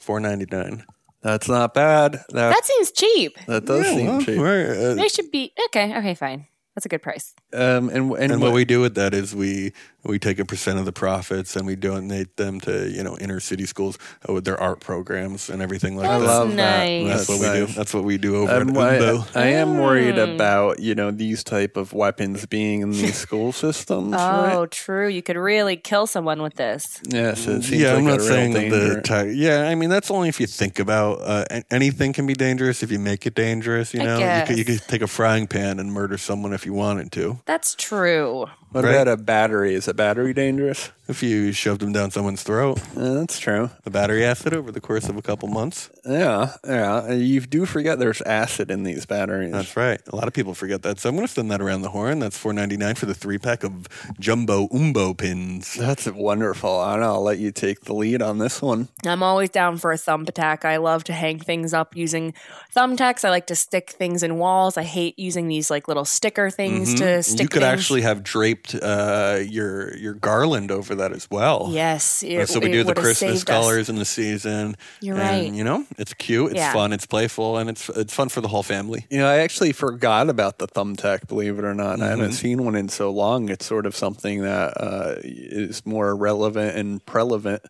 D: four ninety nine.
C: That's not bad. That
E: That seems cheap.
D: Mm.
C: that does seem cheap.
D: Uh,
E: They should be okay. Okay, fine. That's a good price.
C: Um, and and,
D: and what we do with that is we we take a percent of the profits and we donate them to you know inner city schools uh, with their art programs and everything like
C: I
D: that.
C: love
E: nice.
C: that.
D: that's, what we do.
C: nice.
D: That's what we do over
C: I'm,
D: at
C: I,
D: Umbo.
C: I am worried
E: Hmm.
C: about you know these type of weapons being in these school systems. right?
E: Oh, true. You could really kill someone with this.
C: Yes, it seems
D: Yeah,
C: like
D: I'm
C: a
D: not
C: real
D: saying that
C: danger.
D: the ti- yeah. I mean, that's only if you think about uh, a- anything can be dangerous if you make it dangerous. You
E: I
D: know, you could, you
E: guess.
D: could take a frying pan and murder someone if you wanted to.
E: That's true.
C: what
D: right?
C: about a battery? Is a battery dangerous?
D: If you shoved them down someone's throat,
C: Uh, that's true.
D: the battery acid over the course of a couple months.
C: Yeah, yeah. Uh, You do forget there's acid in these batteries.
D: That's right. A lot of people forget that. So I'm going to send that around the horn. That's 4.99 for the three pack of jumbo umbo pins.
C: That's wonderful. I know. I'll let you take the lead on this one.
E: I'm always down for a thumbtack. I love to hang things up using thumbtacks. I like to stick things in walls. I hate using these like little sticker things to stick.
D: Mm-hmm. you could
E: things.
D: actually have draped uh, your your garland over that as well.
E: yes. It,
D: Oh, so we
E: it
D: do the
E: would've
D: Christmas
E: saved us.
D: colors in the season.
E: You're
D: and,
E: right.
D: You know, it's cute, it's
E: Yeah.
D: fun, it's playful, and it's it's fun for the whole family.
C: You know, I actually forgot about the thumbtack, believe it or not. I
D: Mm-hmm.
C: haven't seen one in so long. It's sort of something that uh, is more relevant and prevalent.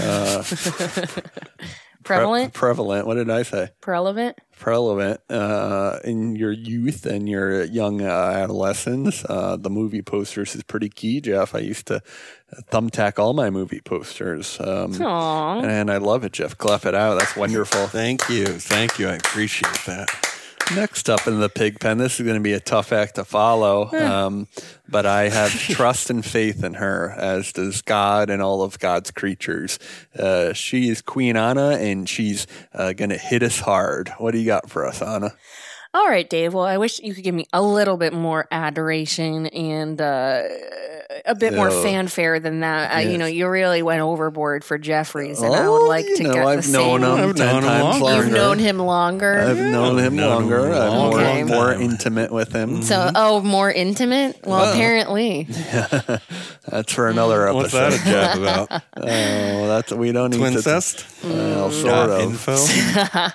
C: Uh, pre-
E: Prevalent,
C: prevalent. What did I say?
E: prevalent.
C: prevalent uh, in your youth and your young uh, adolescence. Uh, the movie posters is pretty key, Jeff. I used to thumbtack all my movie posters. Um,
E: Aw.
C: and I love it, Jeff. Clap it out. That's wonderful.
D: Thank you. Thank you. I appreciate that.
C: Next up in the pig pen, this is going to be a tough act to follow, um, but I have trust and faith in her, as does God and all of God's creatures. Uh, she is Queen Anna, and she's uh, going to hit us hard. What do you got for us, Anna?
E: All right, Dave. Well, I wish you could give me a little bit more adoration and uh, a bit more
C: Yeah.
E: fanfare than that. Uh, you know, you really went overboard for Jeffries, and I
C: Oh,
E: would like
C: you
E: to
C: know,
E: get the
C: I've known
E: same.
C: him
D: I've
C: ten
D: known him
C: times
D: longer.
C: longer.
E: You've known him longer,
C: I've known him
D: I've known him
C: longer.
D: a
C: I'm
D: long,
C: more,
E: long
C: more
D: time.
C: intimate with him.
E: so oh, more intimate. Well, apparently,
C: that's for another episode.
D: What's that a jab about?
C: Oh, that's we don't need to.
D: Twincest?
C: Well, sort
D: Dot
C: of.
D: Info?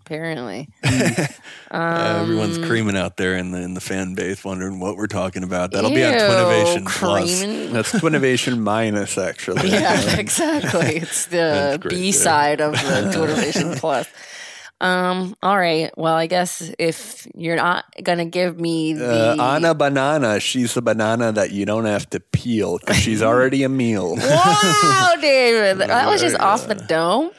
E: apparently. Um,
D: Everyone's creaming out there in the in the fan base, wondering what we're talking about. That'll be on
E: Ew,
D: Twinnovation Plus.
E: creaming.
C: That's Twinnovation minus, actually.
E: Yeah, exactly. It's the
D: That's great,
E: B
D: yeah.
E: side of the Twittervision Plus. Um, all right. Well, I guess if you're not gonna give me the
C: Uh, Anna Banana, she's the banana that you don't have to peel 'cause she's already a meal.
E: Wow, David. That was just off the dome.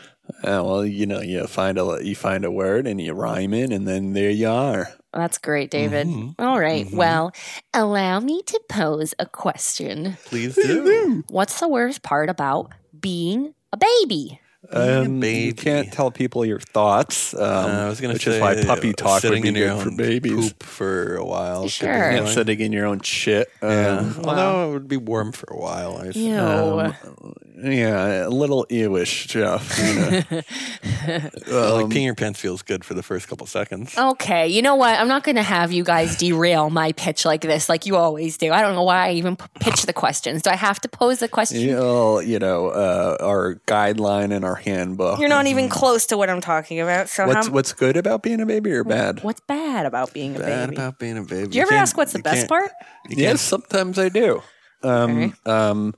C: Uh, well, you know, you find a you find a word and you rhyme it, and then there you are.
E: That's great, David.
D: Mm-hmm.
E: All right, Well, allow me to pose a question.
D: Please do.
E: What's the worst part about being a baby?
C: Um,
D: baby.
C: you can't tell people your thoughts. Um,
D: Uh, I was going to
C: which
D: say uh,
C: is why puppy talk would
D: sitting
C: be
D: in your
C: good for
D: own
C: babies.
D: Poop for a while. could be
E: Sure.
C: Yeah,
D: annoying.
C: sitting in your own shit. Um,
D: Yeah.
C: yeah.
D: Although it would be warm for a while. I
E: Ew.
D: Um,
C: a little ewish, Jeff. you know.
D: Well, like peeing your pants feels good for the first couple seconds.
E: Okay, you know what? I'm not going to have you guys derail my pitch like this, like you always do. I don't know why I even p- pitch the questions. Do I have to pose the question?
C: you know, you know uh, our guideline and our handbook.
F: You're not even close to what I'm talking about. So
C: what's
F: how,
C: what's good about being a baby or bad?
F: what's bad about being a
D: Bad
F: baby?
D: about being a baby.
F: Do you ever
D: can't-
F: ask what's the
D: you
F: best
D: can't-
F: part?
C: Yes, sometimes I do. Um, um,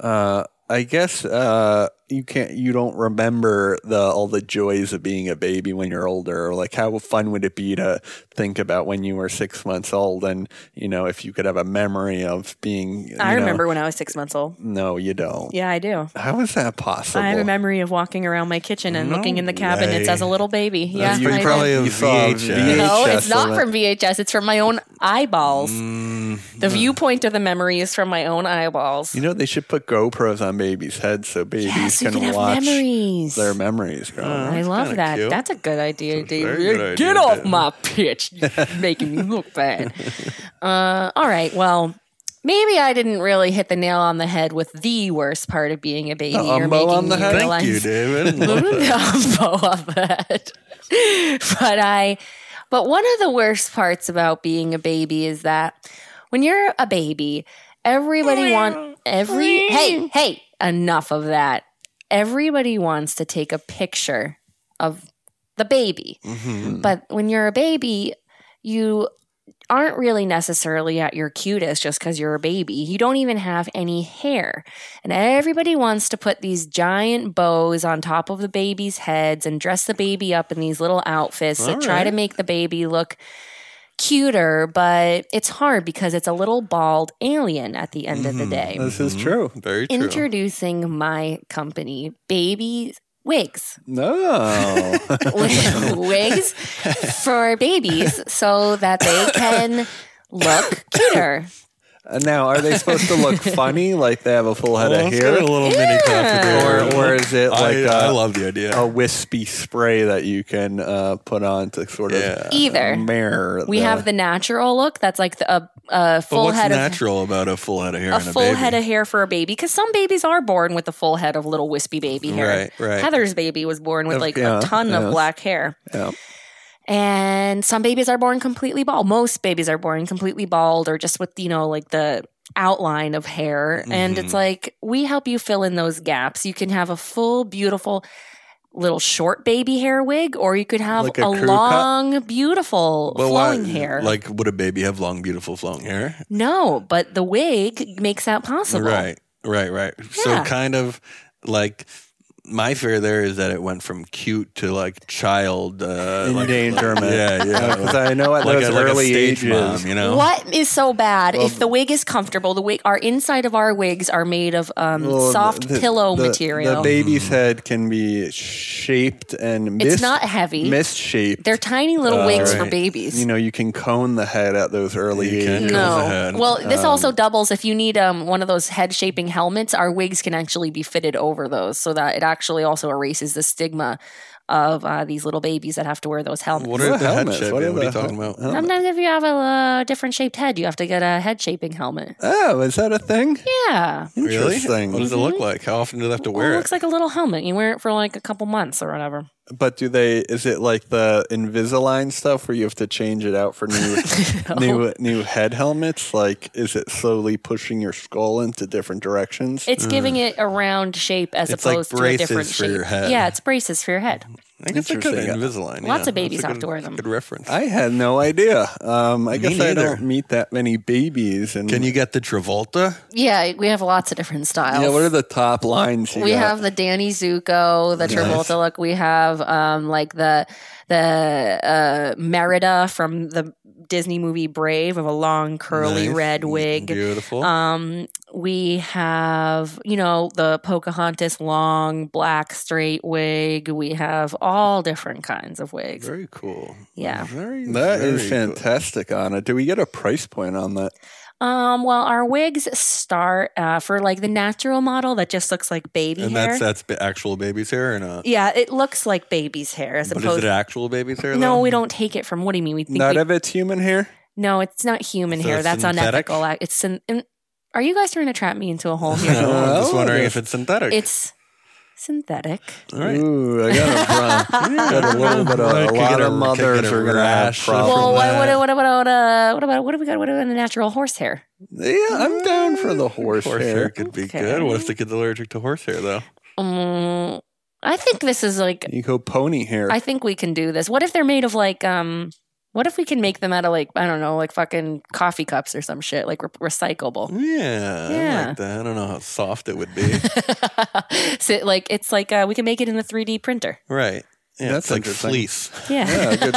C: uh, I guess uh, you can't. You don't remember the all the joys of being a baby when you're older. Like, how fun would it be to think about when you were six months old, and you know, if you could have a memory of being.
F: I
C: you know-
F: remember when I was six months old.
C: No, you don't.
F: Yeah, I do.
C: How is that possible?
F: I have a memory of walking around my kitchen and looking
D: Oh,
F: in the cabinets
D: way.
F: as a little baby. Yeah,
D: you
F: I did.
D: probably a
C: You saw a
D: VHS.
C: VHS
E: No, it's not
C: of it.
E: from VHS. It's from my own eyeballs.
D: Mm-hmm.
E: the viewpoint of the memory is from my own eyeballs.
C: You know, they should put GoPros on babies' heads so babies
E: yes, you
C: can,
E: can have
C: watch
E: memories. Oh,
C: their memories growing up.
E: I love
D: kinda
E: that.
D: cute.
E: That's a good idea, David.
D: very good
E: Get
D: idea,
E: off
D: David.
E: my pitch. You're making me look bad. Uh, all right. Well, maybe I didn't really hit the nail on the head with the worst part of being a baby
C: The
E: or
C: umbo
E: making
C: on the
E: you
C: head? Thank
E: realize
D: Thank you, David.
E: combo of that. but I but one of the worst parts about being a baby is that when you're a baby, everybody want every hey, hey, enough of that. Everybody wants to take a picture of the baby. But when you're a baby, you aren't really necessarily at your cutest just because you're a baby. You don't even have any hair. And everybody wants to put these giant bows on top of the baby's heads and dress the baby up in these little outfits that try to make the baby look cuter, but it's hard because it's a little bald alien at the end of the day.
C: This
D: Mm-hmm.
C: is true.
D: Very true.
E: Introducing my company, Baby Wigs.
C: No.
E: wigs for babies so that they can look cuter.
C: now, are they supposed to look funny, like they have a full head
D: Well,
C: of
D: let's
C: hair,
D: get a little mini
C: or,
D: controversy.
C: or is it like
D: I,
C: a
E: uh,
D: I love the idea.
C: a wispy spray that you can uh, put on to sort
D: Yeah.
C: of
E: Either.
C: mirror?
E: We have the natural look that's like the, a, a
D: but
E: full
D: what's
E: head of
D: natural about a full head of hair
E: a
D: and a
E: full
D: baby?
E: head of hair for a baby because some babies are born with a full head of little wispy baby hair.
D: Right, right.
E: Heather's baby was born with like
C: yeah,
E: a ton
C: yes.
E: of black hair.
C: Yeah.
E: And some babies are born completely bald. Most babies are born completely bald or just with, you know, like the outline of hair. And it's like, we help you fill in those gaps. You can have a full, beautiful little short baby hair wig, or you could have
C: Like a
E: a,
C: crew cut?
E: long, beautiful
D: Well, why-
E: flowing hair.
D: Like, would a baby have long, beautiful flowing hair?
E: no, but the wig makes that possible.
D: Right, right, right. So
E: Oh. Yeah.
D: kind of like my fear there is that it went from cute to like child uh, like-
C: endangerment.
D: yeah, yeah.
C: Because I know at
D: like
C: those
D: a, like a
C: early
D: stage
C: ages,
D: mom, you know.
E: What is so bad if the wig is comfortable? The wig, our inside of our wigs are made of um,
C: well,
E: soft
C: the-
E: pillow
C: the- The
E: material.
C: baby's head can be shaped and mis-
E: It's not heavy.
C: misshaped.
E: They're tiny little wigs for
D: Uh, right.
E: babies.
C: you know, you can cone the head at those early
D: You can
C: ages.
D: cone the
E: no.
D: head.
E: Well, this also doubles if you need um, one of those head shaping helmets. Our wigs can actually be fitted over those so that it actually also erases the stigma of uh, these little babies that have to wear those helmets.
D: What are the head
C: helmets?
D: shape?
C: What
D: What
C: are
D: are, you
C: the hel-
D: talking about?
E: Sometimes if you have a uh, different shaped head, you have to get a head shaping helmet.
C: Oh, is that a thing?
E: Yeah.
D: Really?
C: Interesting.
D: What does it look like? How often do they have to wear
E: Well, it
D: it?
E: looks like a little helmet. You wear it for like a couple months or whatever.
C: But do they? Is it like the Invisalign stuff where you have to change it out for new, new, new head helmets? Like, is it slowly pushing your skull into different directions?
E: It's giving it a round shape as
D: Mm. It's like
E: opposed to a
D: braces
E: different
D: for
E: shape.
D: your head.
E: Yeah, it's braces for your head.
D: I guess I could
C: Interesting.
D: Invisalign.
E: Lots
D: yeah.
E: of babies
D: That's a
E: have
D: good-
E: to wear them.
D: Good reference.
C: I had no idea. Um, I
D: Me
C: guess I
D: neither.
C: don't meet that many babies. And
D: Can you get the Travolta?
E: Yeah, we have lots of different styles.
C: Yeah, what are the top lines? You
E: we
C: got?
E: have the Danny Zuko, the Travolta look. We have um, like the the uh, Merida from the
F: Disney movie Brave of a long curly
D: Nice.
F: red wig.
D: Beautiful.
F: Um,
E: we have you know the Pocahontas long black straight wig. We have all different kinds of wigs.
D: very cool.
E: Yeah.
D: Very,
C: That
D: very
C: is
D: cool.
C: fantastic, Anna. Do we get a price point on that?
E: Um, well, our wigs start uh, for like the natural model that just looks like baby
D: And
E: hair.
D: that's that's ba- actual baby's hair or not?
F: yeah, it looks like baby's hair as
D: But is
F: opposed.
D: it actual baby's hair?
E: no,
D: though?
E: we don't take it from. What do you mean? We think
C: Not
E: we-
C: if it's human hair.
E: no, it's not human
D: So
E: hair.
D: it's
E: That's
D: synthetic?
E: unethical. I- It's in, in, are you guys trying to trap me into a hole here?
D: No, I'm just
C: Oh,
D: wondering
C: yes.
D: if it's synthetic.
E: It's synthetic.
D: All right.
C: Ooh, I got a problem. got a little bit of
D: I
C: a
D: could
C: lot of
D: get a- could
C: mothers
D: get a
C: are gonna have
D: rash
C: problems.
D: from
E: Well, what, what,
D: that.
E: what about uh, what about what do we got? What about the natural horse hair?
C: yeah, I'm down for the horse,
D: horse
C: hair.
D: hair could be
E: Okay.
D: good. What if the kid's allergic to horse hair though?
E: Um, I think this is like.
C: You go pony hair.
E: I think we can do this. What if they're made of like um? What if we can make them out of like I don't know, like fucking coffee cups or some shit, like re- recyclable.
D: Yeah, I
E: Yeah.
D: like that. I don't know how soft it would be.
E: so like it's like uh, we can make it in a 3D printer.
D: right. Yeah,
C: That's
D: it's like
C: interesting.
D: fleece.
E: Yeah.
C: yeah, good.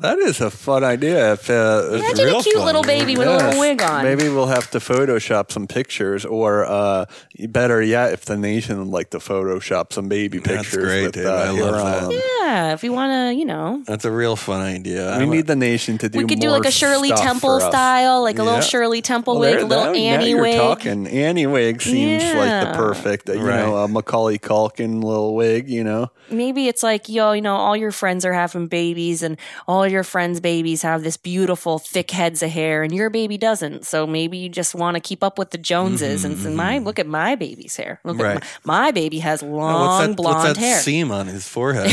C: that is a fun idea. If, uh, if
E: Imagine
D: real
E: a cute
D: fun.
E: little baby with a
C: Yes.
E: little wig on.
C: Maybe we'll have to Photoshop some pictures, or uh, better yet, if the nation would like to Photoshop some baby
D: That's
C: pictures
D: great,
C: with
D: dude.
C: uh,
D: I
C: hair
D: love
C: on
D: that.
C: them.
E: Yeah, if you want to, you know,
D: That's a real fun idea.
C: We
D: I'm a-
C: need the nation to do.
E: we could do
C: more
E: like a Shirley
C: stuff
E: Temple
C: for us.
E: style, like a
D: Yeah.
E: little Shirley Temple
C: Well,
E: wig,
C: there-
E: a little
C: now-
E: Annie
C: now you're
E: wig.
C: Talking. Annie wig seems like
E: Yeah.
C: the perfect, uh, you
D: Right.
C: know, a Macaulay Culkin little wig. You know,
E: Maybe it's like, yo, you know, all your friends are having babies and all your friends' babies have this beautiful thick heads of hair and your baby doesn't. So maybe you just want to keep up with the Joneses and say, my look at my baby's hair. Look
D: Mm-hmm, Right.
E: at my, my baby has long
D: Oh, what's that,
E: blonde
D: what's that
E: hair.
D: seam on his forehead?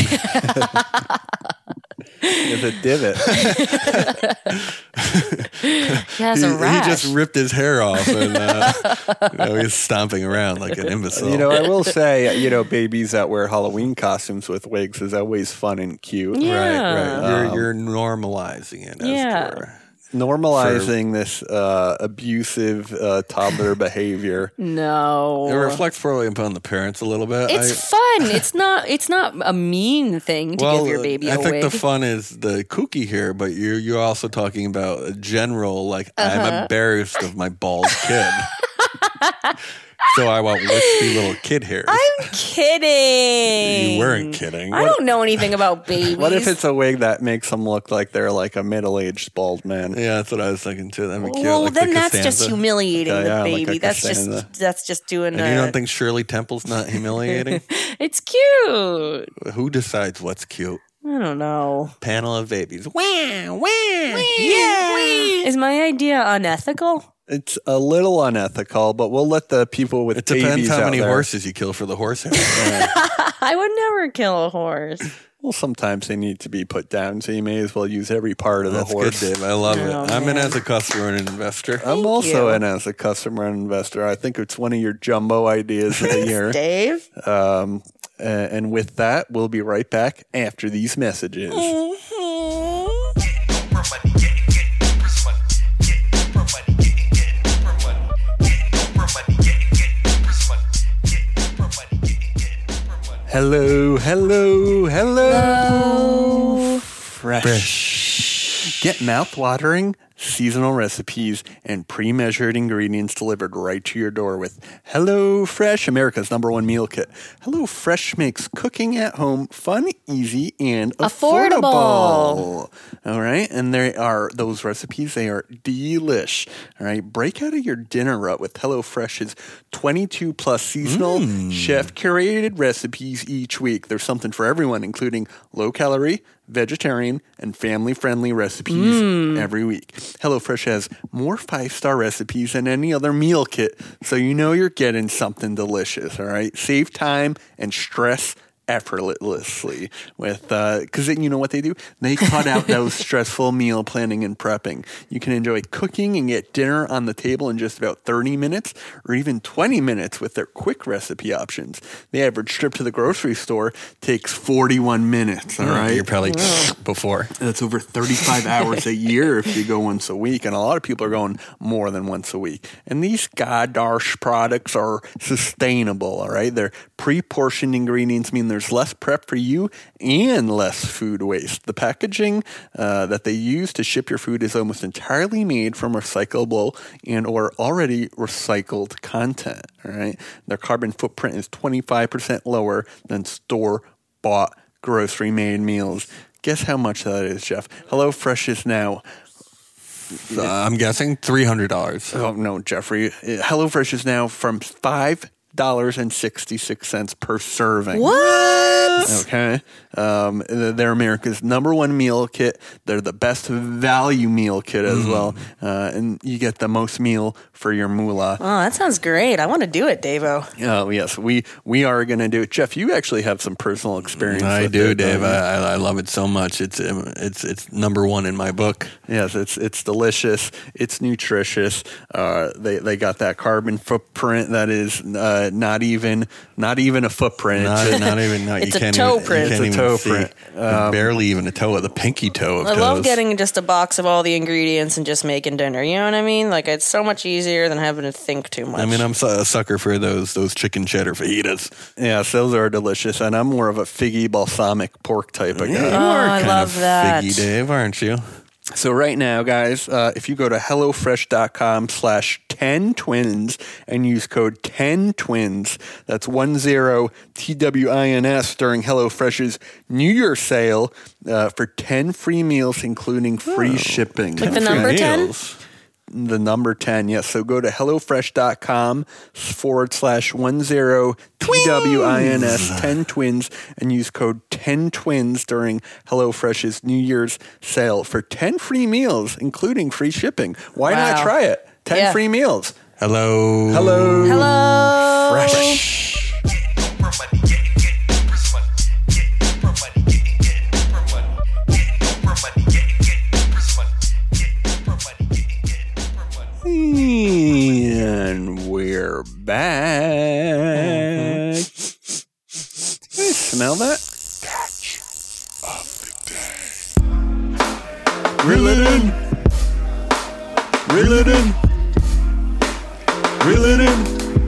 C: it's a divot.
E: He has
D: he,
E: a
D: he
E: rash.
D: just ripped his hair off and uh, you know, he's stomping around like an imbecile.
C: you know, I will say, you know, babies that wear Halloween costumes with wigs is always fun and cute.
E: Yeah. Um,
D: right, right. You're, you're normalizing it. As
E: Yeah.
D: it were.
C: Normalizing this uh, abusive uh, toddler behavior.
E: no.
D: It reflects probably upon the parents a little bit.
E: It's fun. It's not. It's not a mean thing
D: I,
E: to
D: well,
E: give your baby
D: I
E: a
D: think
E: wig.
D: the fun is the kooky here, but you're you're also talking about a general like
E: Uh-huh.
D: I'm embarrassed of my bald kid, so I want wispy little kid hair.
E: I'm kidding.
D: You weren't kidding.
E: I don't know anything about babies.
C: What if it's a wig that makes them look like they're like a middle-aged bald man?
D: Yeah, that's what I was thinking too. That'd be cute.
F: well,
D: like the
F: then that's just
D: Costanza.
F: humiliating
C: Okay,
F: the
C: yeah, like a
F: baby. that's
C: Costanza.
F: just that's just doing.
D: And you
F: a-
D: don't think Shirley Temple's not humiliating?
E: It's cute.
D: Who decides what's cute?
F: I don't know.
D: Panel of babies. Wow, wow.
F: Is my idea unethical?
C: It's a little unethical, but we'll let the people with
D: It
C: babies
D: depends how
C: out
D: many
C: there-
D: horses you kill for the horse hair.
F: I would never kill a horse.
C: Well, sometimes they need to be put down, so you may as well use every part of
D: That's
C: the horse.
D: good, Dave. I love
F: Oh,
D: it. I'm in
F: man.
D: as a customer and an investor.
C: I'm also
F: you.
C: in as a customer and investor. I think it's one of your jumbo ideas of the year.
F: Dave?
C: Um, uh, and with that, we'll be right back after these messages. Hello, hello, hello. Fresh. Get mouth-watering seasonal recipes and pre-measured ingredients delivered right to your door with Hello Fresh, America's number one meal kit. Hello Fresh makes cooking at home fun, easy, and affordable.
E: Affordable.
C: All right, and there are those recipes. They are delish. All right, break out of your dinner rut with HelloFresh's 22 plus seasonal chef curated recipes each week. There's something for everyone, including low calorie, vegetarian, and family friendly recipes every week. HelloFresh has more five star recipes than any other meal kit, so you know you're getting something delicious. All right, save time and stress effortlessly with because then you know what they do they cut out those stressful meal planning and prepping you can enjoy cooking and get dinner on the table in just about 30 minutes or even 20 minutes with their quick recipe options the average trip to the grocery store takes 41 minutes all right
D: Hmm, You're probably before.
C: that's over 35 hours a year if you go once a week. And a lot of people are going more than once a week. And these godarsh products are sustainable, all right? They're pre portioned ingredients, mean there's less prep for you and less food waste. The packaging uh, that they use to ship your food is almost entirely made from recyclable and or already recycled content, all right? Their carbon footprint is 25% lower than store bought grocery made meals. Guess how much that is, Jeff? Hello Fresh is now.
D: Uh, I'm guessing three hundred dollars.
C: Oh no, Jeffrey. Hello Fresh is now from five dollars and sixty six cents per serving.
F: What?
C: Okay. Um, th- they're America's number one meal kit. They're the best value meal kit
D: Mm.
C: as well, uh, and you get the most meal for your moolah.
F: Oh, that sounds great. I want to do it, Davo.
C: Oh yes, we we are going to do it. Jeff, you actually have some personal experience.
D: I
C: with
D: do,
C: it, don't
D: Dave.
C: you?
D: I, I- I love it so much. It's um, it's it's number one in my book.
C: Yes, it's it's delicious. It's nutritious. Uh, they they got that carbon footprint that is uh, not even not even a footprint. It's
D: Not,
C: just-
D: not even. No,
F: It's
D: you
F: a
D: can't
F: toe
D: even, you
F: print. Um,
C: It's
D: can't
C: a
D: even
C: toe
D: see.
C: print.
D: Barely even a toe of the pinky toe of
F: I
D: toes.
F: love getting just a box of all the ingredients and just making dinner. You know what I mean? Like it's so much easier than having to think too much.
D: I mean, I'm su- a sucker for those those chicken cheddar fajitas.
C: yes, those are delicious. And I'm more of a figgy balsamic pork type of guy.
F: Oh,
D: You
F: I
D: kind
F: love
D: of
F: that.
D: figgy, Dave, aren't you?
C: So right now, guys, uh, if you go to HelloFresh.com slash 10twins and use code 10twins, that's 10TWINS during HelloFresh's New Year sale uh, for 10 free meals, including free
D: Oh.
C: shipping.
F: the number
D: Free
F: 10?
D: meals.
C: the number 10 yes so go to hellofresh.com forward slash 10 twins 10 twins and use code 10 twins during hellofresh's new year's sale for 10 free meals including free shipping why not
F: Wow.
C: try it 10
F: Yeah.
C: free meals
D: Hello.
C: hello
F: Hello.
C: fresh and we're back You smell that
D: Reel it in. Reel it in. Reel it in.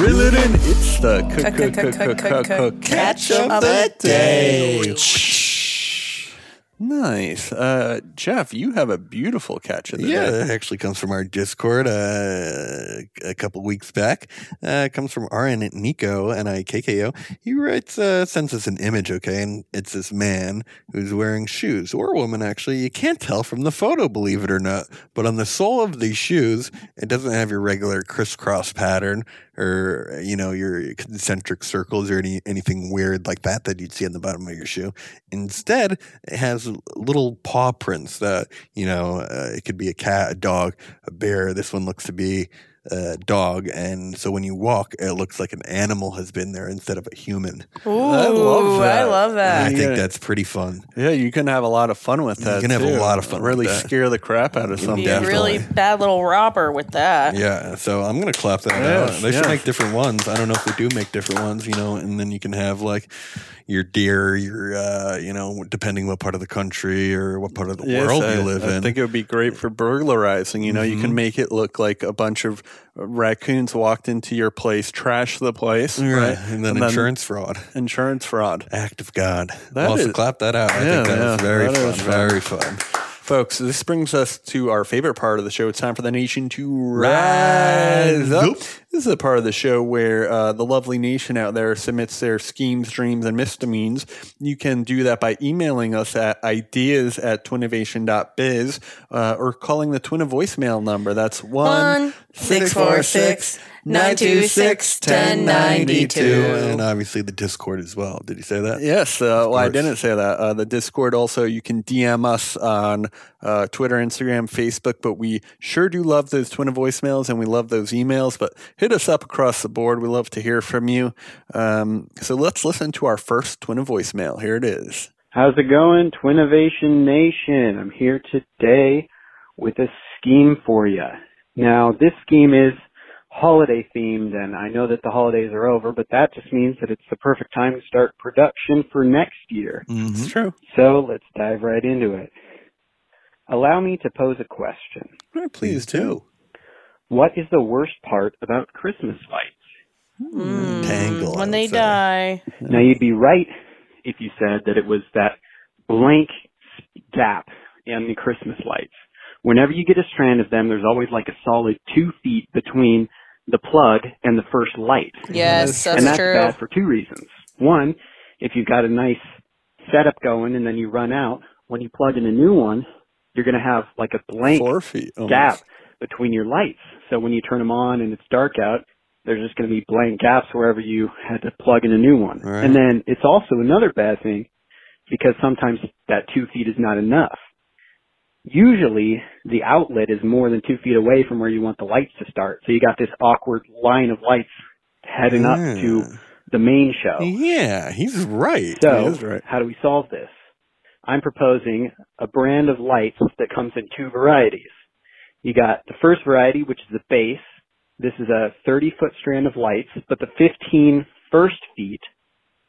D: Reel it in.
C: It's the cook,
F: Cook, cook,
C: cook, cook,
F: cook,
C: cook,
F: cook,
C: cook,
F: cook,
C: catch of the day. Nice. Uh, Jeff, you have a beautiful catch of the
D: Yeah,
C: day.
D: that actually comes from our Discord uh, a couple weeks back. Uh, it comes from RN Nico, N I K K O. He writes, uh, sends us an image, okay? And it's this man who's wearing shoes, or a woman, actually. You can't tell from the photo, believe it or not. But on the sole of these shoes, it doesn't have your regular crisscross pattern or, you know, your concentric circles or any, anything weird like that that you'd see on the bottom of your shoe. Instead, it has little paw prints that you know uh, it could be a cat, a dog, a bear. This one looks to be a dog, and so when you walk, it looks like an animal has been there instead of a human.
F: Ooh,
E: Oh,
C: I love
F: I
C: that.
F: love
D: I
F: that.
C: Yeah.
D: think that's pretty fun.
C: Yeah, you can have a lot of fun with
D: You
C: that.
D: can have a
C: too.
D: lot of fun with
C: Really
D: that.
C: scare the crap out of
D: Yeah.
C: something.
F: Be a really bad little robber with that.
D: Yeah, so I'm gonna clap that
C: Yes,
D: out. They should
C: yeah.
D: make different ones. I don't know if they do make different ones, you know. And then you can have like your deer, your uh, you know, depending what part of the country or what part of the
C: Yes,
D: world
C: I,
D: you live
C: I
D: in. Mm-hmm.
C: think it would be great for burglarizing. You know, you can make it look like a bunch of raccoons walked into your place, trashed the place,
D: right.
C: right?
D: and then insurance fraud.
C: insurance fraud.
D: act of God.
C: That
D: also,
C: is-
D: clap that out. I
C: Yeah,
D: think that
C: yeah,
D: was very
C: that
D: fun,
C: is fun.
D: Very fun.
C: Folks, this brings us to our favorite part of the show. It's time for the nation to rise up. This is a part of the show where uh, the lovely nation out there submits their schemes, dreams, and misdemeans. You can do that by emailing us at ideas at twinnovation.biz uh, or calling the Twinna voicemail number. That's 1
F: 646 926
D: 92.
F: 1092.
D: And obviously the Discord as well. Did you say that?
C: Yes. Uh, well, I
D: course.
C: didn't say that. Uh, the Discord also, you can DM us on uh, uh, Twitter, Instagram, Facebook. But we sure do love those Twinna voicemails and we love those emails. But hit us up across the board. We love to hear from you. Um, so let's listen to our first Twinna voicemail. Here it is.
H: How's it going, Twinovation Nation? I'm here today with a scheme for you. Now, this scheme is holiday themed, and I know that the holidays are over, but that just means that it's the perfect time to start production for next year.
D: Mm-hmm.
C: It's true.
H: So let's dive right into it. Allow me to pose a question.
C: Please do.
H: What is the worst part about Christmas lights?
D: Tangle. I
I: when
D: would
I: they
D: say.
I: die.
H: Now you'd be right if you said that it was that blank gap in the Christmas lights. Whenever you get a strand of them, there's always like a solid two feet between the plug and the first light.
I: Yes, that's,
H: and that's
I: true.
H: bad for two reasons. One, if you've got a nice setup going and then you run out, when you plug in a new one, you're going to have like a blank
C: Four feet. almost.
H: Mm-hmm. gap between your lights. So when you turn them on and it's dark out, there's just going to be blank gaps wherever you had to plug in a new one.
D: Right.
H: And then it's also another bad thing because sometimes that two feet is not enough. Usually the outlet is more than two feet away from where you want the lights to start. So you got this awkward line of lights heading up
D: Yeah.
H: to the main show.
D: Yeah, he's right.
H: So,
D: He is right.
H: how do we solve this? I'm proposing a brand of lights that comes in two varieties. You got the first variety, which is the base. This is a 30 foot strand of lights, but the 15 first feet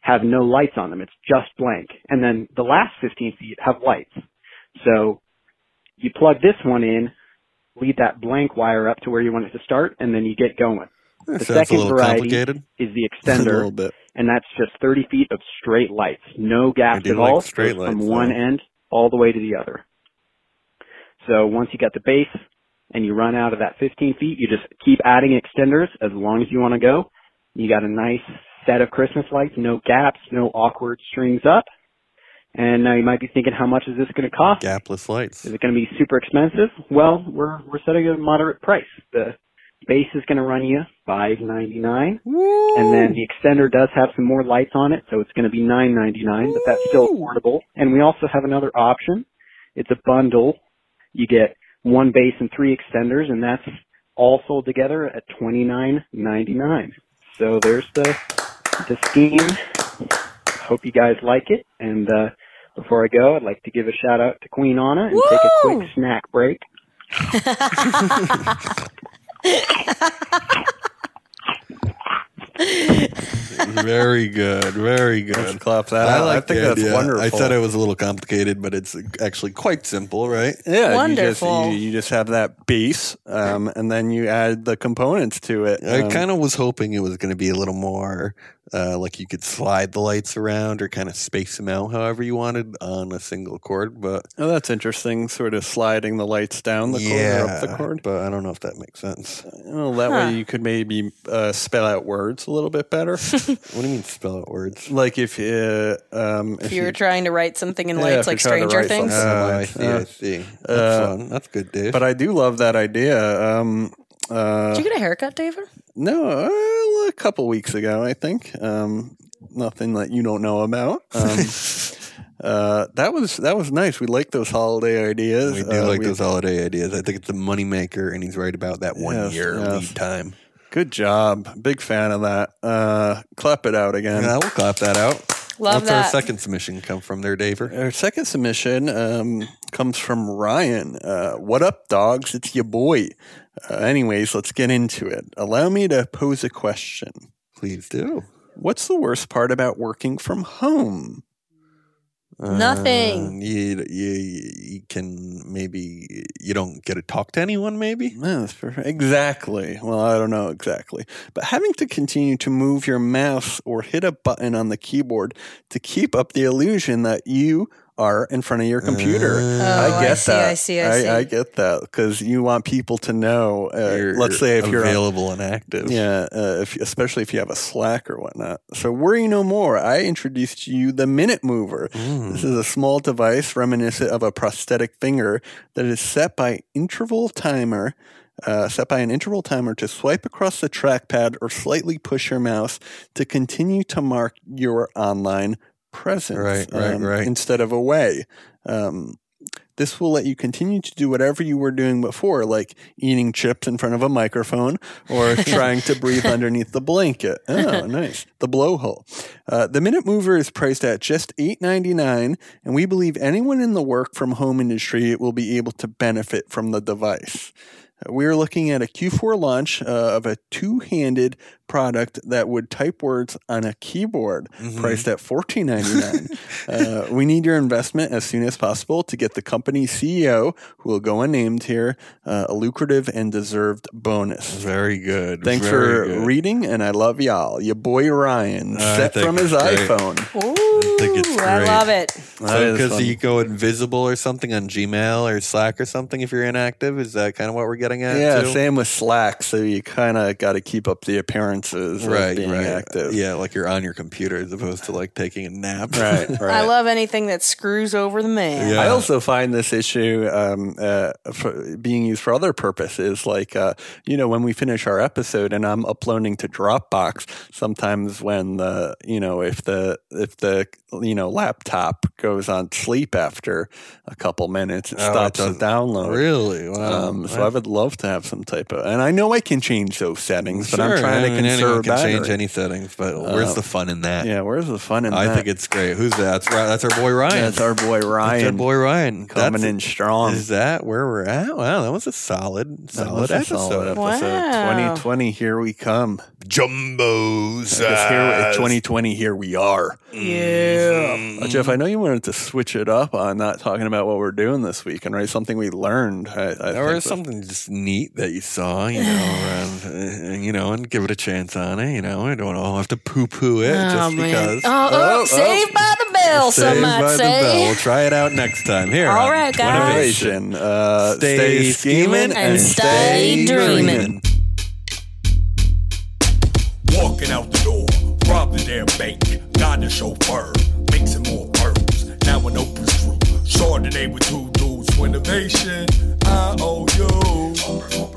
H: have no lights on them. It's just blank. And then the last 15 feet have lights. So you plug this one in, lead that blank wire up to where you want it to start, and then you get going.
D: That
H: the
D: sounds a
H: second
D: little
H: variety
D: complicated.
H: Is the
D: a
H: extender
D: little bit.
H: and that's just 30 feet of straight lights, no
D: I
H: gaps
D: do
H: at
D: like
H: all,
D: straight
H: goes from
D: lights,
H: one
D: though.
H: end all the way to the other. So once you got the base and you run out of that 15 feet, you just keep adding extenders as long as you want to go. You got a nice set of Christmas lights, no gaps, no awkward strings up. And now you might be thinking, how much is this going to cost?
D: Gapless lights.
H: Is it going to be super expensive? Well, we're we're setting a moderate price. The base is going to run you five ninety nine, and then the extender does have some more lights on it, so it's going to be nine ninety nine. But that's still affordable. And we also have another option. It's a bundle. You get one base and three extenders, and that's all sold together at twenty nine ninety nine. So there's the the scheme. Hope you guys like it. And uh, before I go, I'd like to give a shout out to Queen Anna and take a quick snack break.
D: very good. Very
C: Let's
D: good.
C: clap that. I, I
D: like
C: think
D: the
C: that's
D: idea.
C: wonderful.
D: I said it was a little complicated, but it's actually quite simple, right?
C: Yeah, You
I: Wonderful.
C: just, you, you just have that base, um, and then you add the components to it.
D: I
C: Um,
D: kind of was hoping it was going to be a little more uh, like you could slide the lights around or kind of space them out however you wanted on a single cord, but
C: oh, that's interesting. Sort of sliding the lights down the cord or up the cord.
D: But I don't know if that makes sense.
C: Well, that way you could maybe uh, spell out words a little bit better.
D: What do you mean spell out words?
C: like if uh, um,
I: If
C: if
I: you were
C: you,
I: trying to write something in
C: Yeah,
I: lights
C: if
I: like
C: you're trying to
I: Stranger
C: write
I: Things.
C: something.
D: Oh,
C: Uh,
D: I see.
C: uh,
D: I see. That's
C: uh,
D: fun. That's good, Dave.
C: but I do love that idea. Um, uh,
I: Did you get a haircut, David?
C: No, uh, a couple weeks ago, I think. Um, nothing that you don't know about. Um, uh, that was that was nice. We like those holiday ideas.
D: we do
C: Uh,
D: like those holiday ideas. I think it's a moneymaker, and he's right about that one
C: Yes,
D: year
C: yes.
D: lead time.
C: Good job. Big fan of that. Uh, clap it out again.
D: And I will clap that out.
I: Love
D: What's our
I: that.
D: second submission come from there, Daver?
C: Our second submission um, comes from Ryan. Uh, what up, dogs? It's your boy. Uh, anyways, let's get into it. Allow me to pose a question.
D: Please do.
C: What's the worst part about working from home?
I: Nothing.
D: Uh, you, you you can maybe you don't get to talk to anyone. Maybe
C: Yeah, that's perfect. Exactly. Well, I don't know exactly. But having to continue to move your mouse or hit a button on the keyboard to keep up the illusion that you are in front of your computer.
I: Oh,
C: I
I: I
C: get
I: see,
C: that.
I: I see, I see.
C: get that because you want people to know. Uh,
D: You're
C: let's say if you're on
D: available and active.
C: yeah, uh, if, especially if you have a Slack or whatnot. So worry no more. I introduced to you the Minute Mover.
D: Mm.
C: This is a small device reminiscent of a prosthetic finger that is set by interval timer. Uh, set by an interval timer to swipe across the trackpad or slightly push your mouse to continue to mark your online presence um,
D: Right, right, right.
C: instead of away. Um, This will let you continue to do whatever you were doing before, like eating chips in front of a microphone or trying to breathe underneath the blanket. Oh, nice. The blowhole. Uh, the Minute Mover is priced at just $8.99, and we believe anyone in the work from home industry will be able to benefit from the device. Uh, We are looking at a Q4 launch uh, of a two handed product that would type words on a keyboard
D: Mm-hmm.
C: priced at $14.99. uh, we need your investment as soon as possible to get the company CEO, who will go unnamed here, uh, a lucrative and deserved bonus.
D: Very good.
C: Thanks for
D: Very good.
C: reading, and I love y'all. Your boy Ryan,
D: I
C: set
D: think
C: from his
D: it's great.
C: iPhone.
D: I think it's
I: Ooh, I
D: great.
I: love it.
C: That is
D: Uh, because
C: fun.
D: you go invisible or something on Gmail or Slack or something if you're inactive. Is that kind of what we're getting at?
C: Yeah,
D: too?
C: same with Slack. So you kind of got to keep up the appearances
D: Right,
C: of being
D: right.
C: active.
D: Yeah, like you're on your computer as opposed to like taking a nap. Oh,
C: Right, right.
I: I love anything that screws over the man.
D: Yeah.
C: I also find this issue um, uh, for being used for other purposes, like uh, you know when we finish our episode and I'm uploading to Dropbox. Sometimes when the you know if the if the you know laptop goes on sleep after a couple minutes, it
D: Oh, it
C: stops the
D: doesn't-
C: download.
D: Really? Wow.
C: Um, so I would love to have some type of, and I know I can change those settings, but
D: Sure,
C: I'm trying
D: I
C: to
D: mean,
C: conserve
D: anyone can
C: battery.
D: change any settings, but
C: Uh,
D: where's the fun in that?
C: yeah, where's the fun in
D: I
C: that?
D: think it's great. Who's that? That's, Ry- that's our boy Ryan.
C: that's our boy
D: That's our
C: Ryan
D: boy Ryan.
C: coming
D: That's-
C: in strong.
D: Is that where we're at? Wow, that was a solid,
C: That
D: solid
C: was a
D: episode.
C: solid episode.
I: Wow.
C: 2020, here we come.
D: Jumbo
C: I guess
D: uh,
C: here, 2020, here we are.
D: Yeah.
C: Uh, Jeff, I know you wanted to switch it up on not talking about what we're doing this week and write something we learned. I, I think
D: or
C: was-
D: something just neat that you saw, you know, around, uh, you know, and give it a chance on it. You know, I don't all have to poo-poo it just because.
I: Oh, oh,
C: Oh,
I: saved by the bell, some
D: Saved by
I: might
D: the bell.
I: say.
D: We'll try it out next time. Here,
I: All
D: on
I: right, guys.
D: Twinnovation.
C: Innovation. Uh,
D: Stay
C: stay,
D: scheming
C: scheming
I: and
C: and
I: stay
C: stay
I: dreaming.
C: dreaming.
B: Walking out the door, robbed the damn bank, got the chauffeur, mixing more pearls. Now an open screw, Chardonnay with two dudes for innovation. I owe you.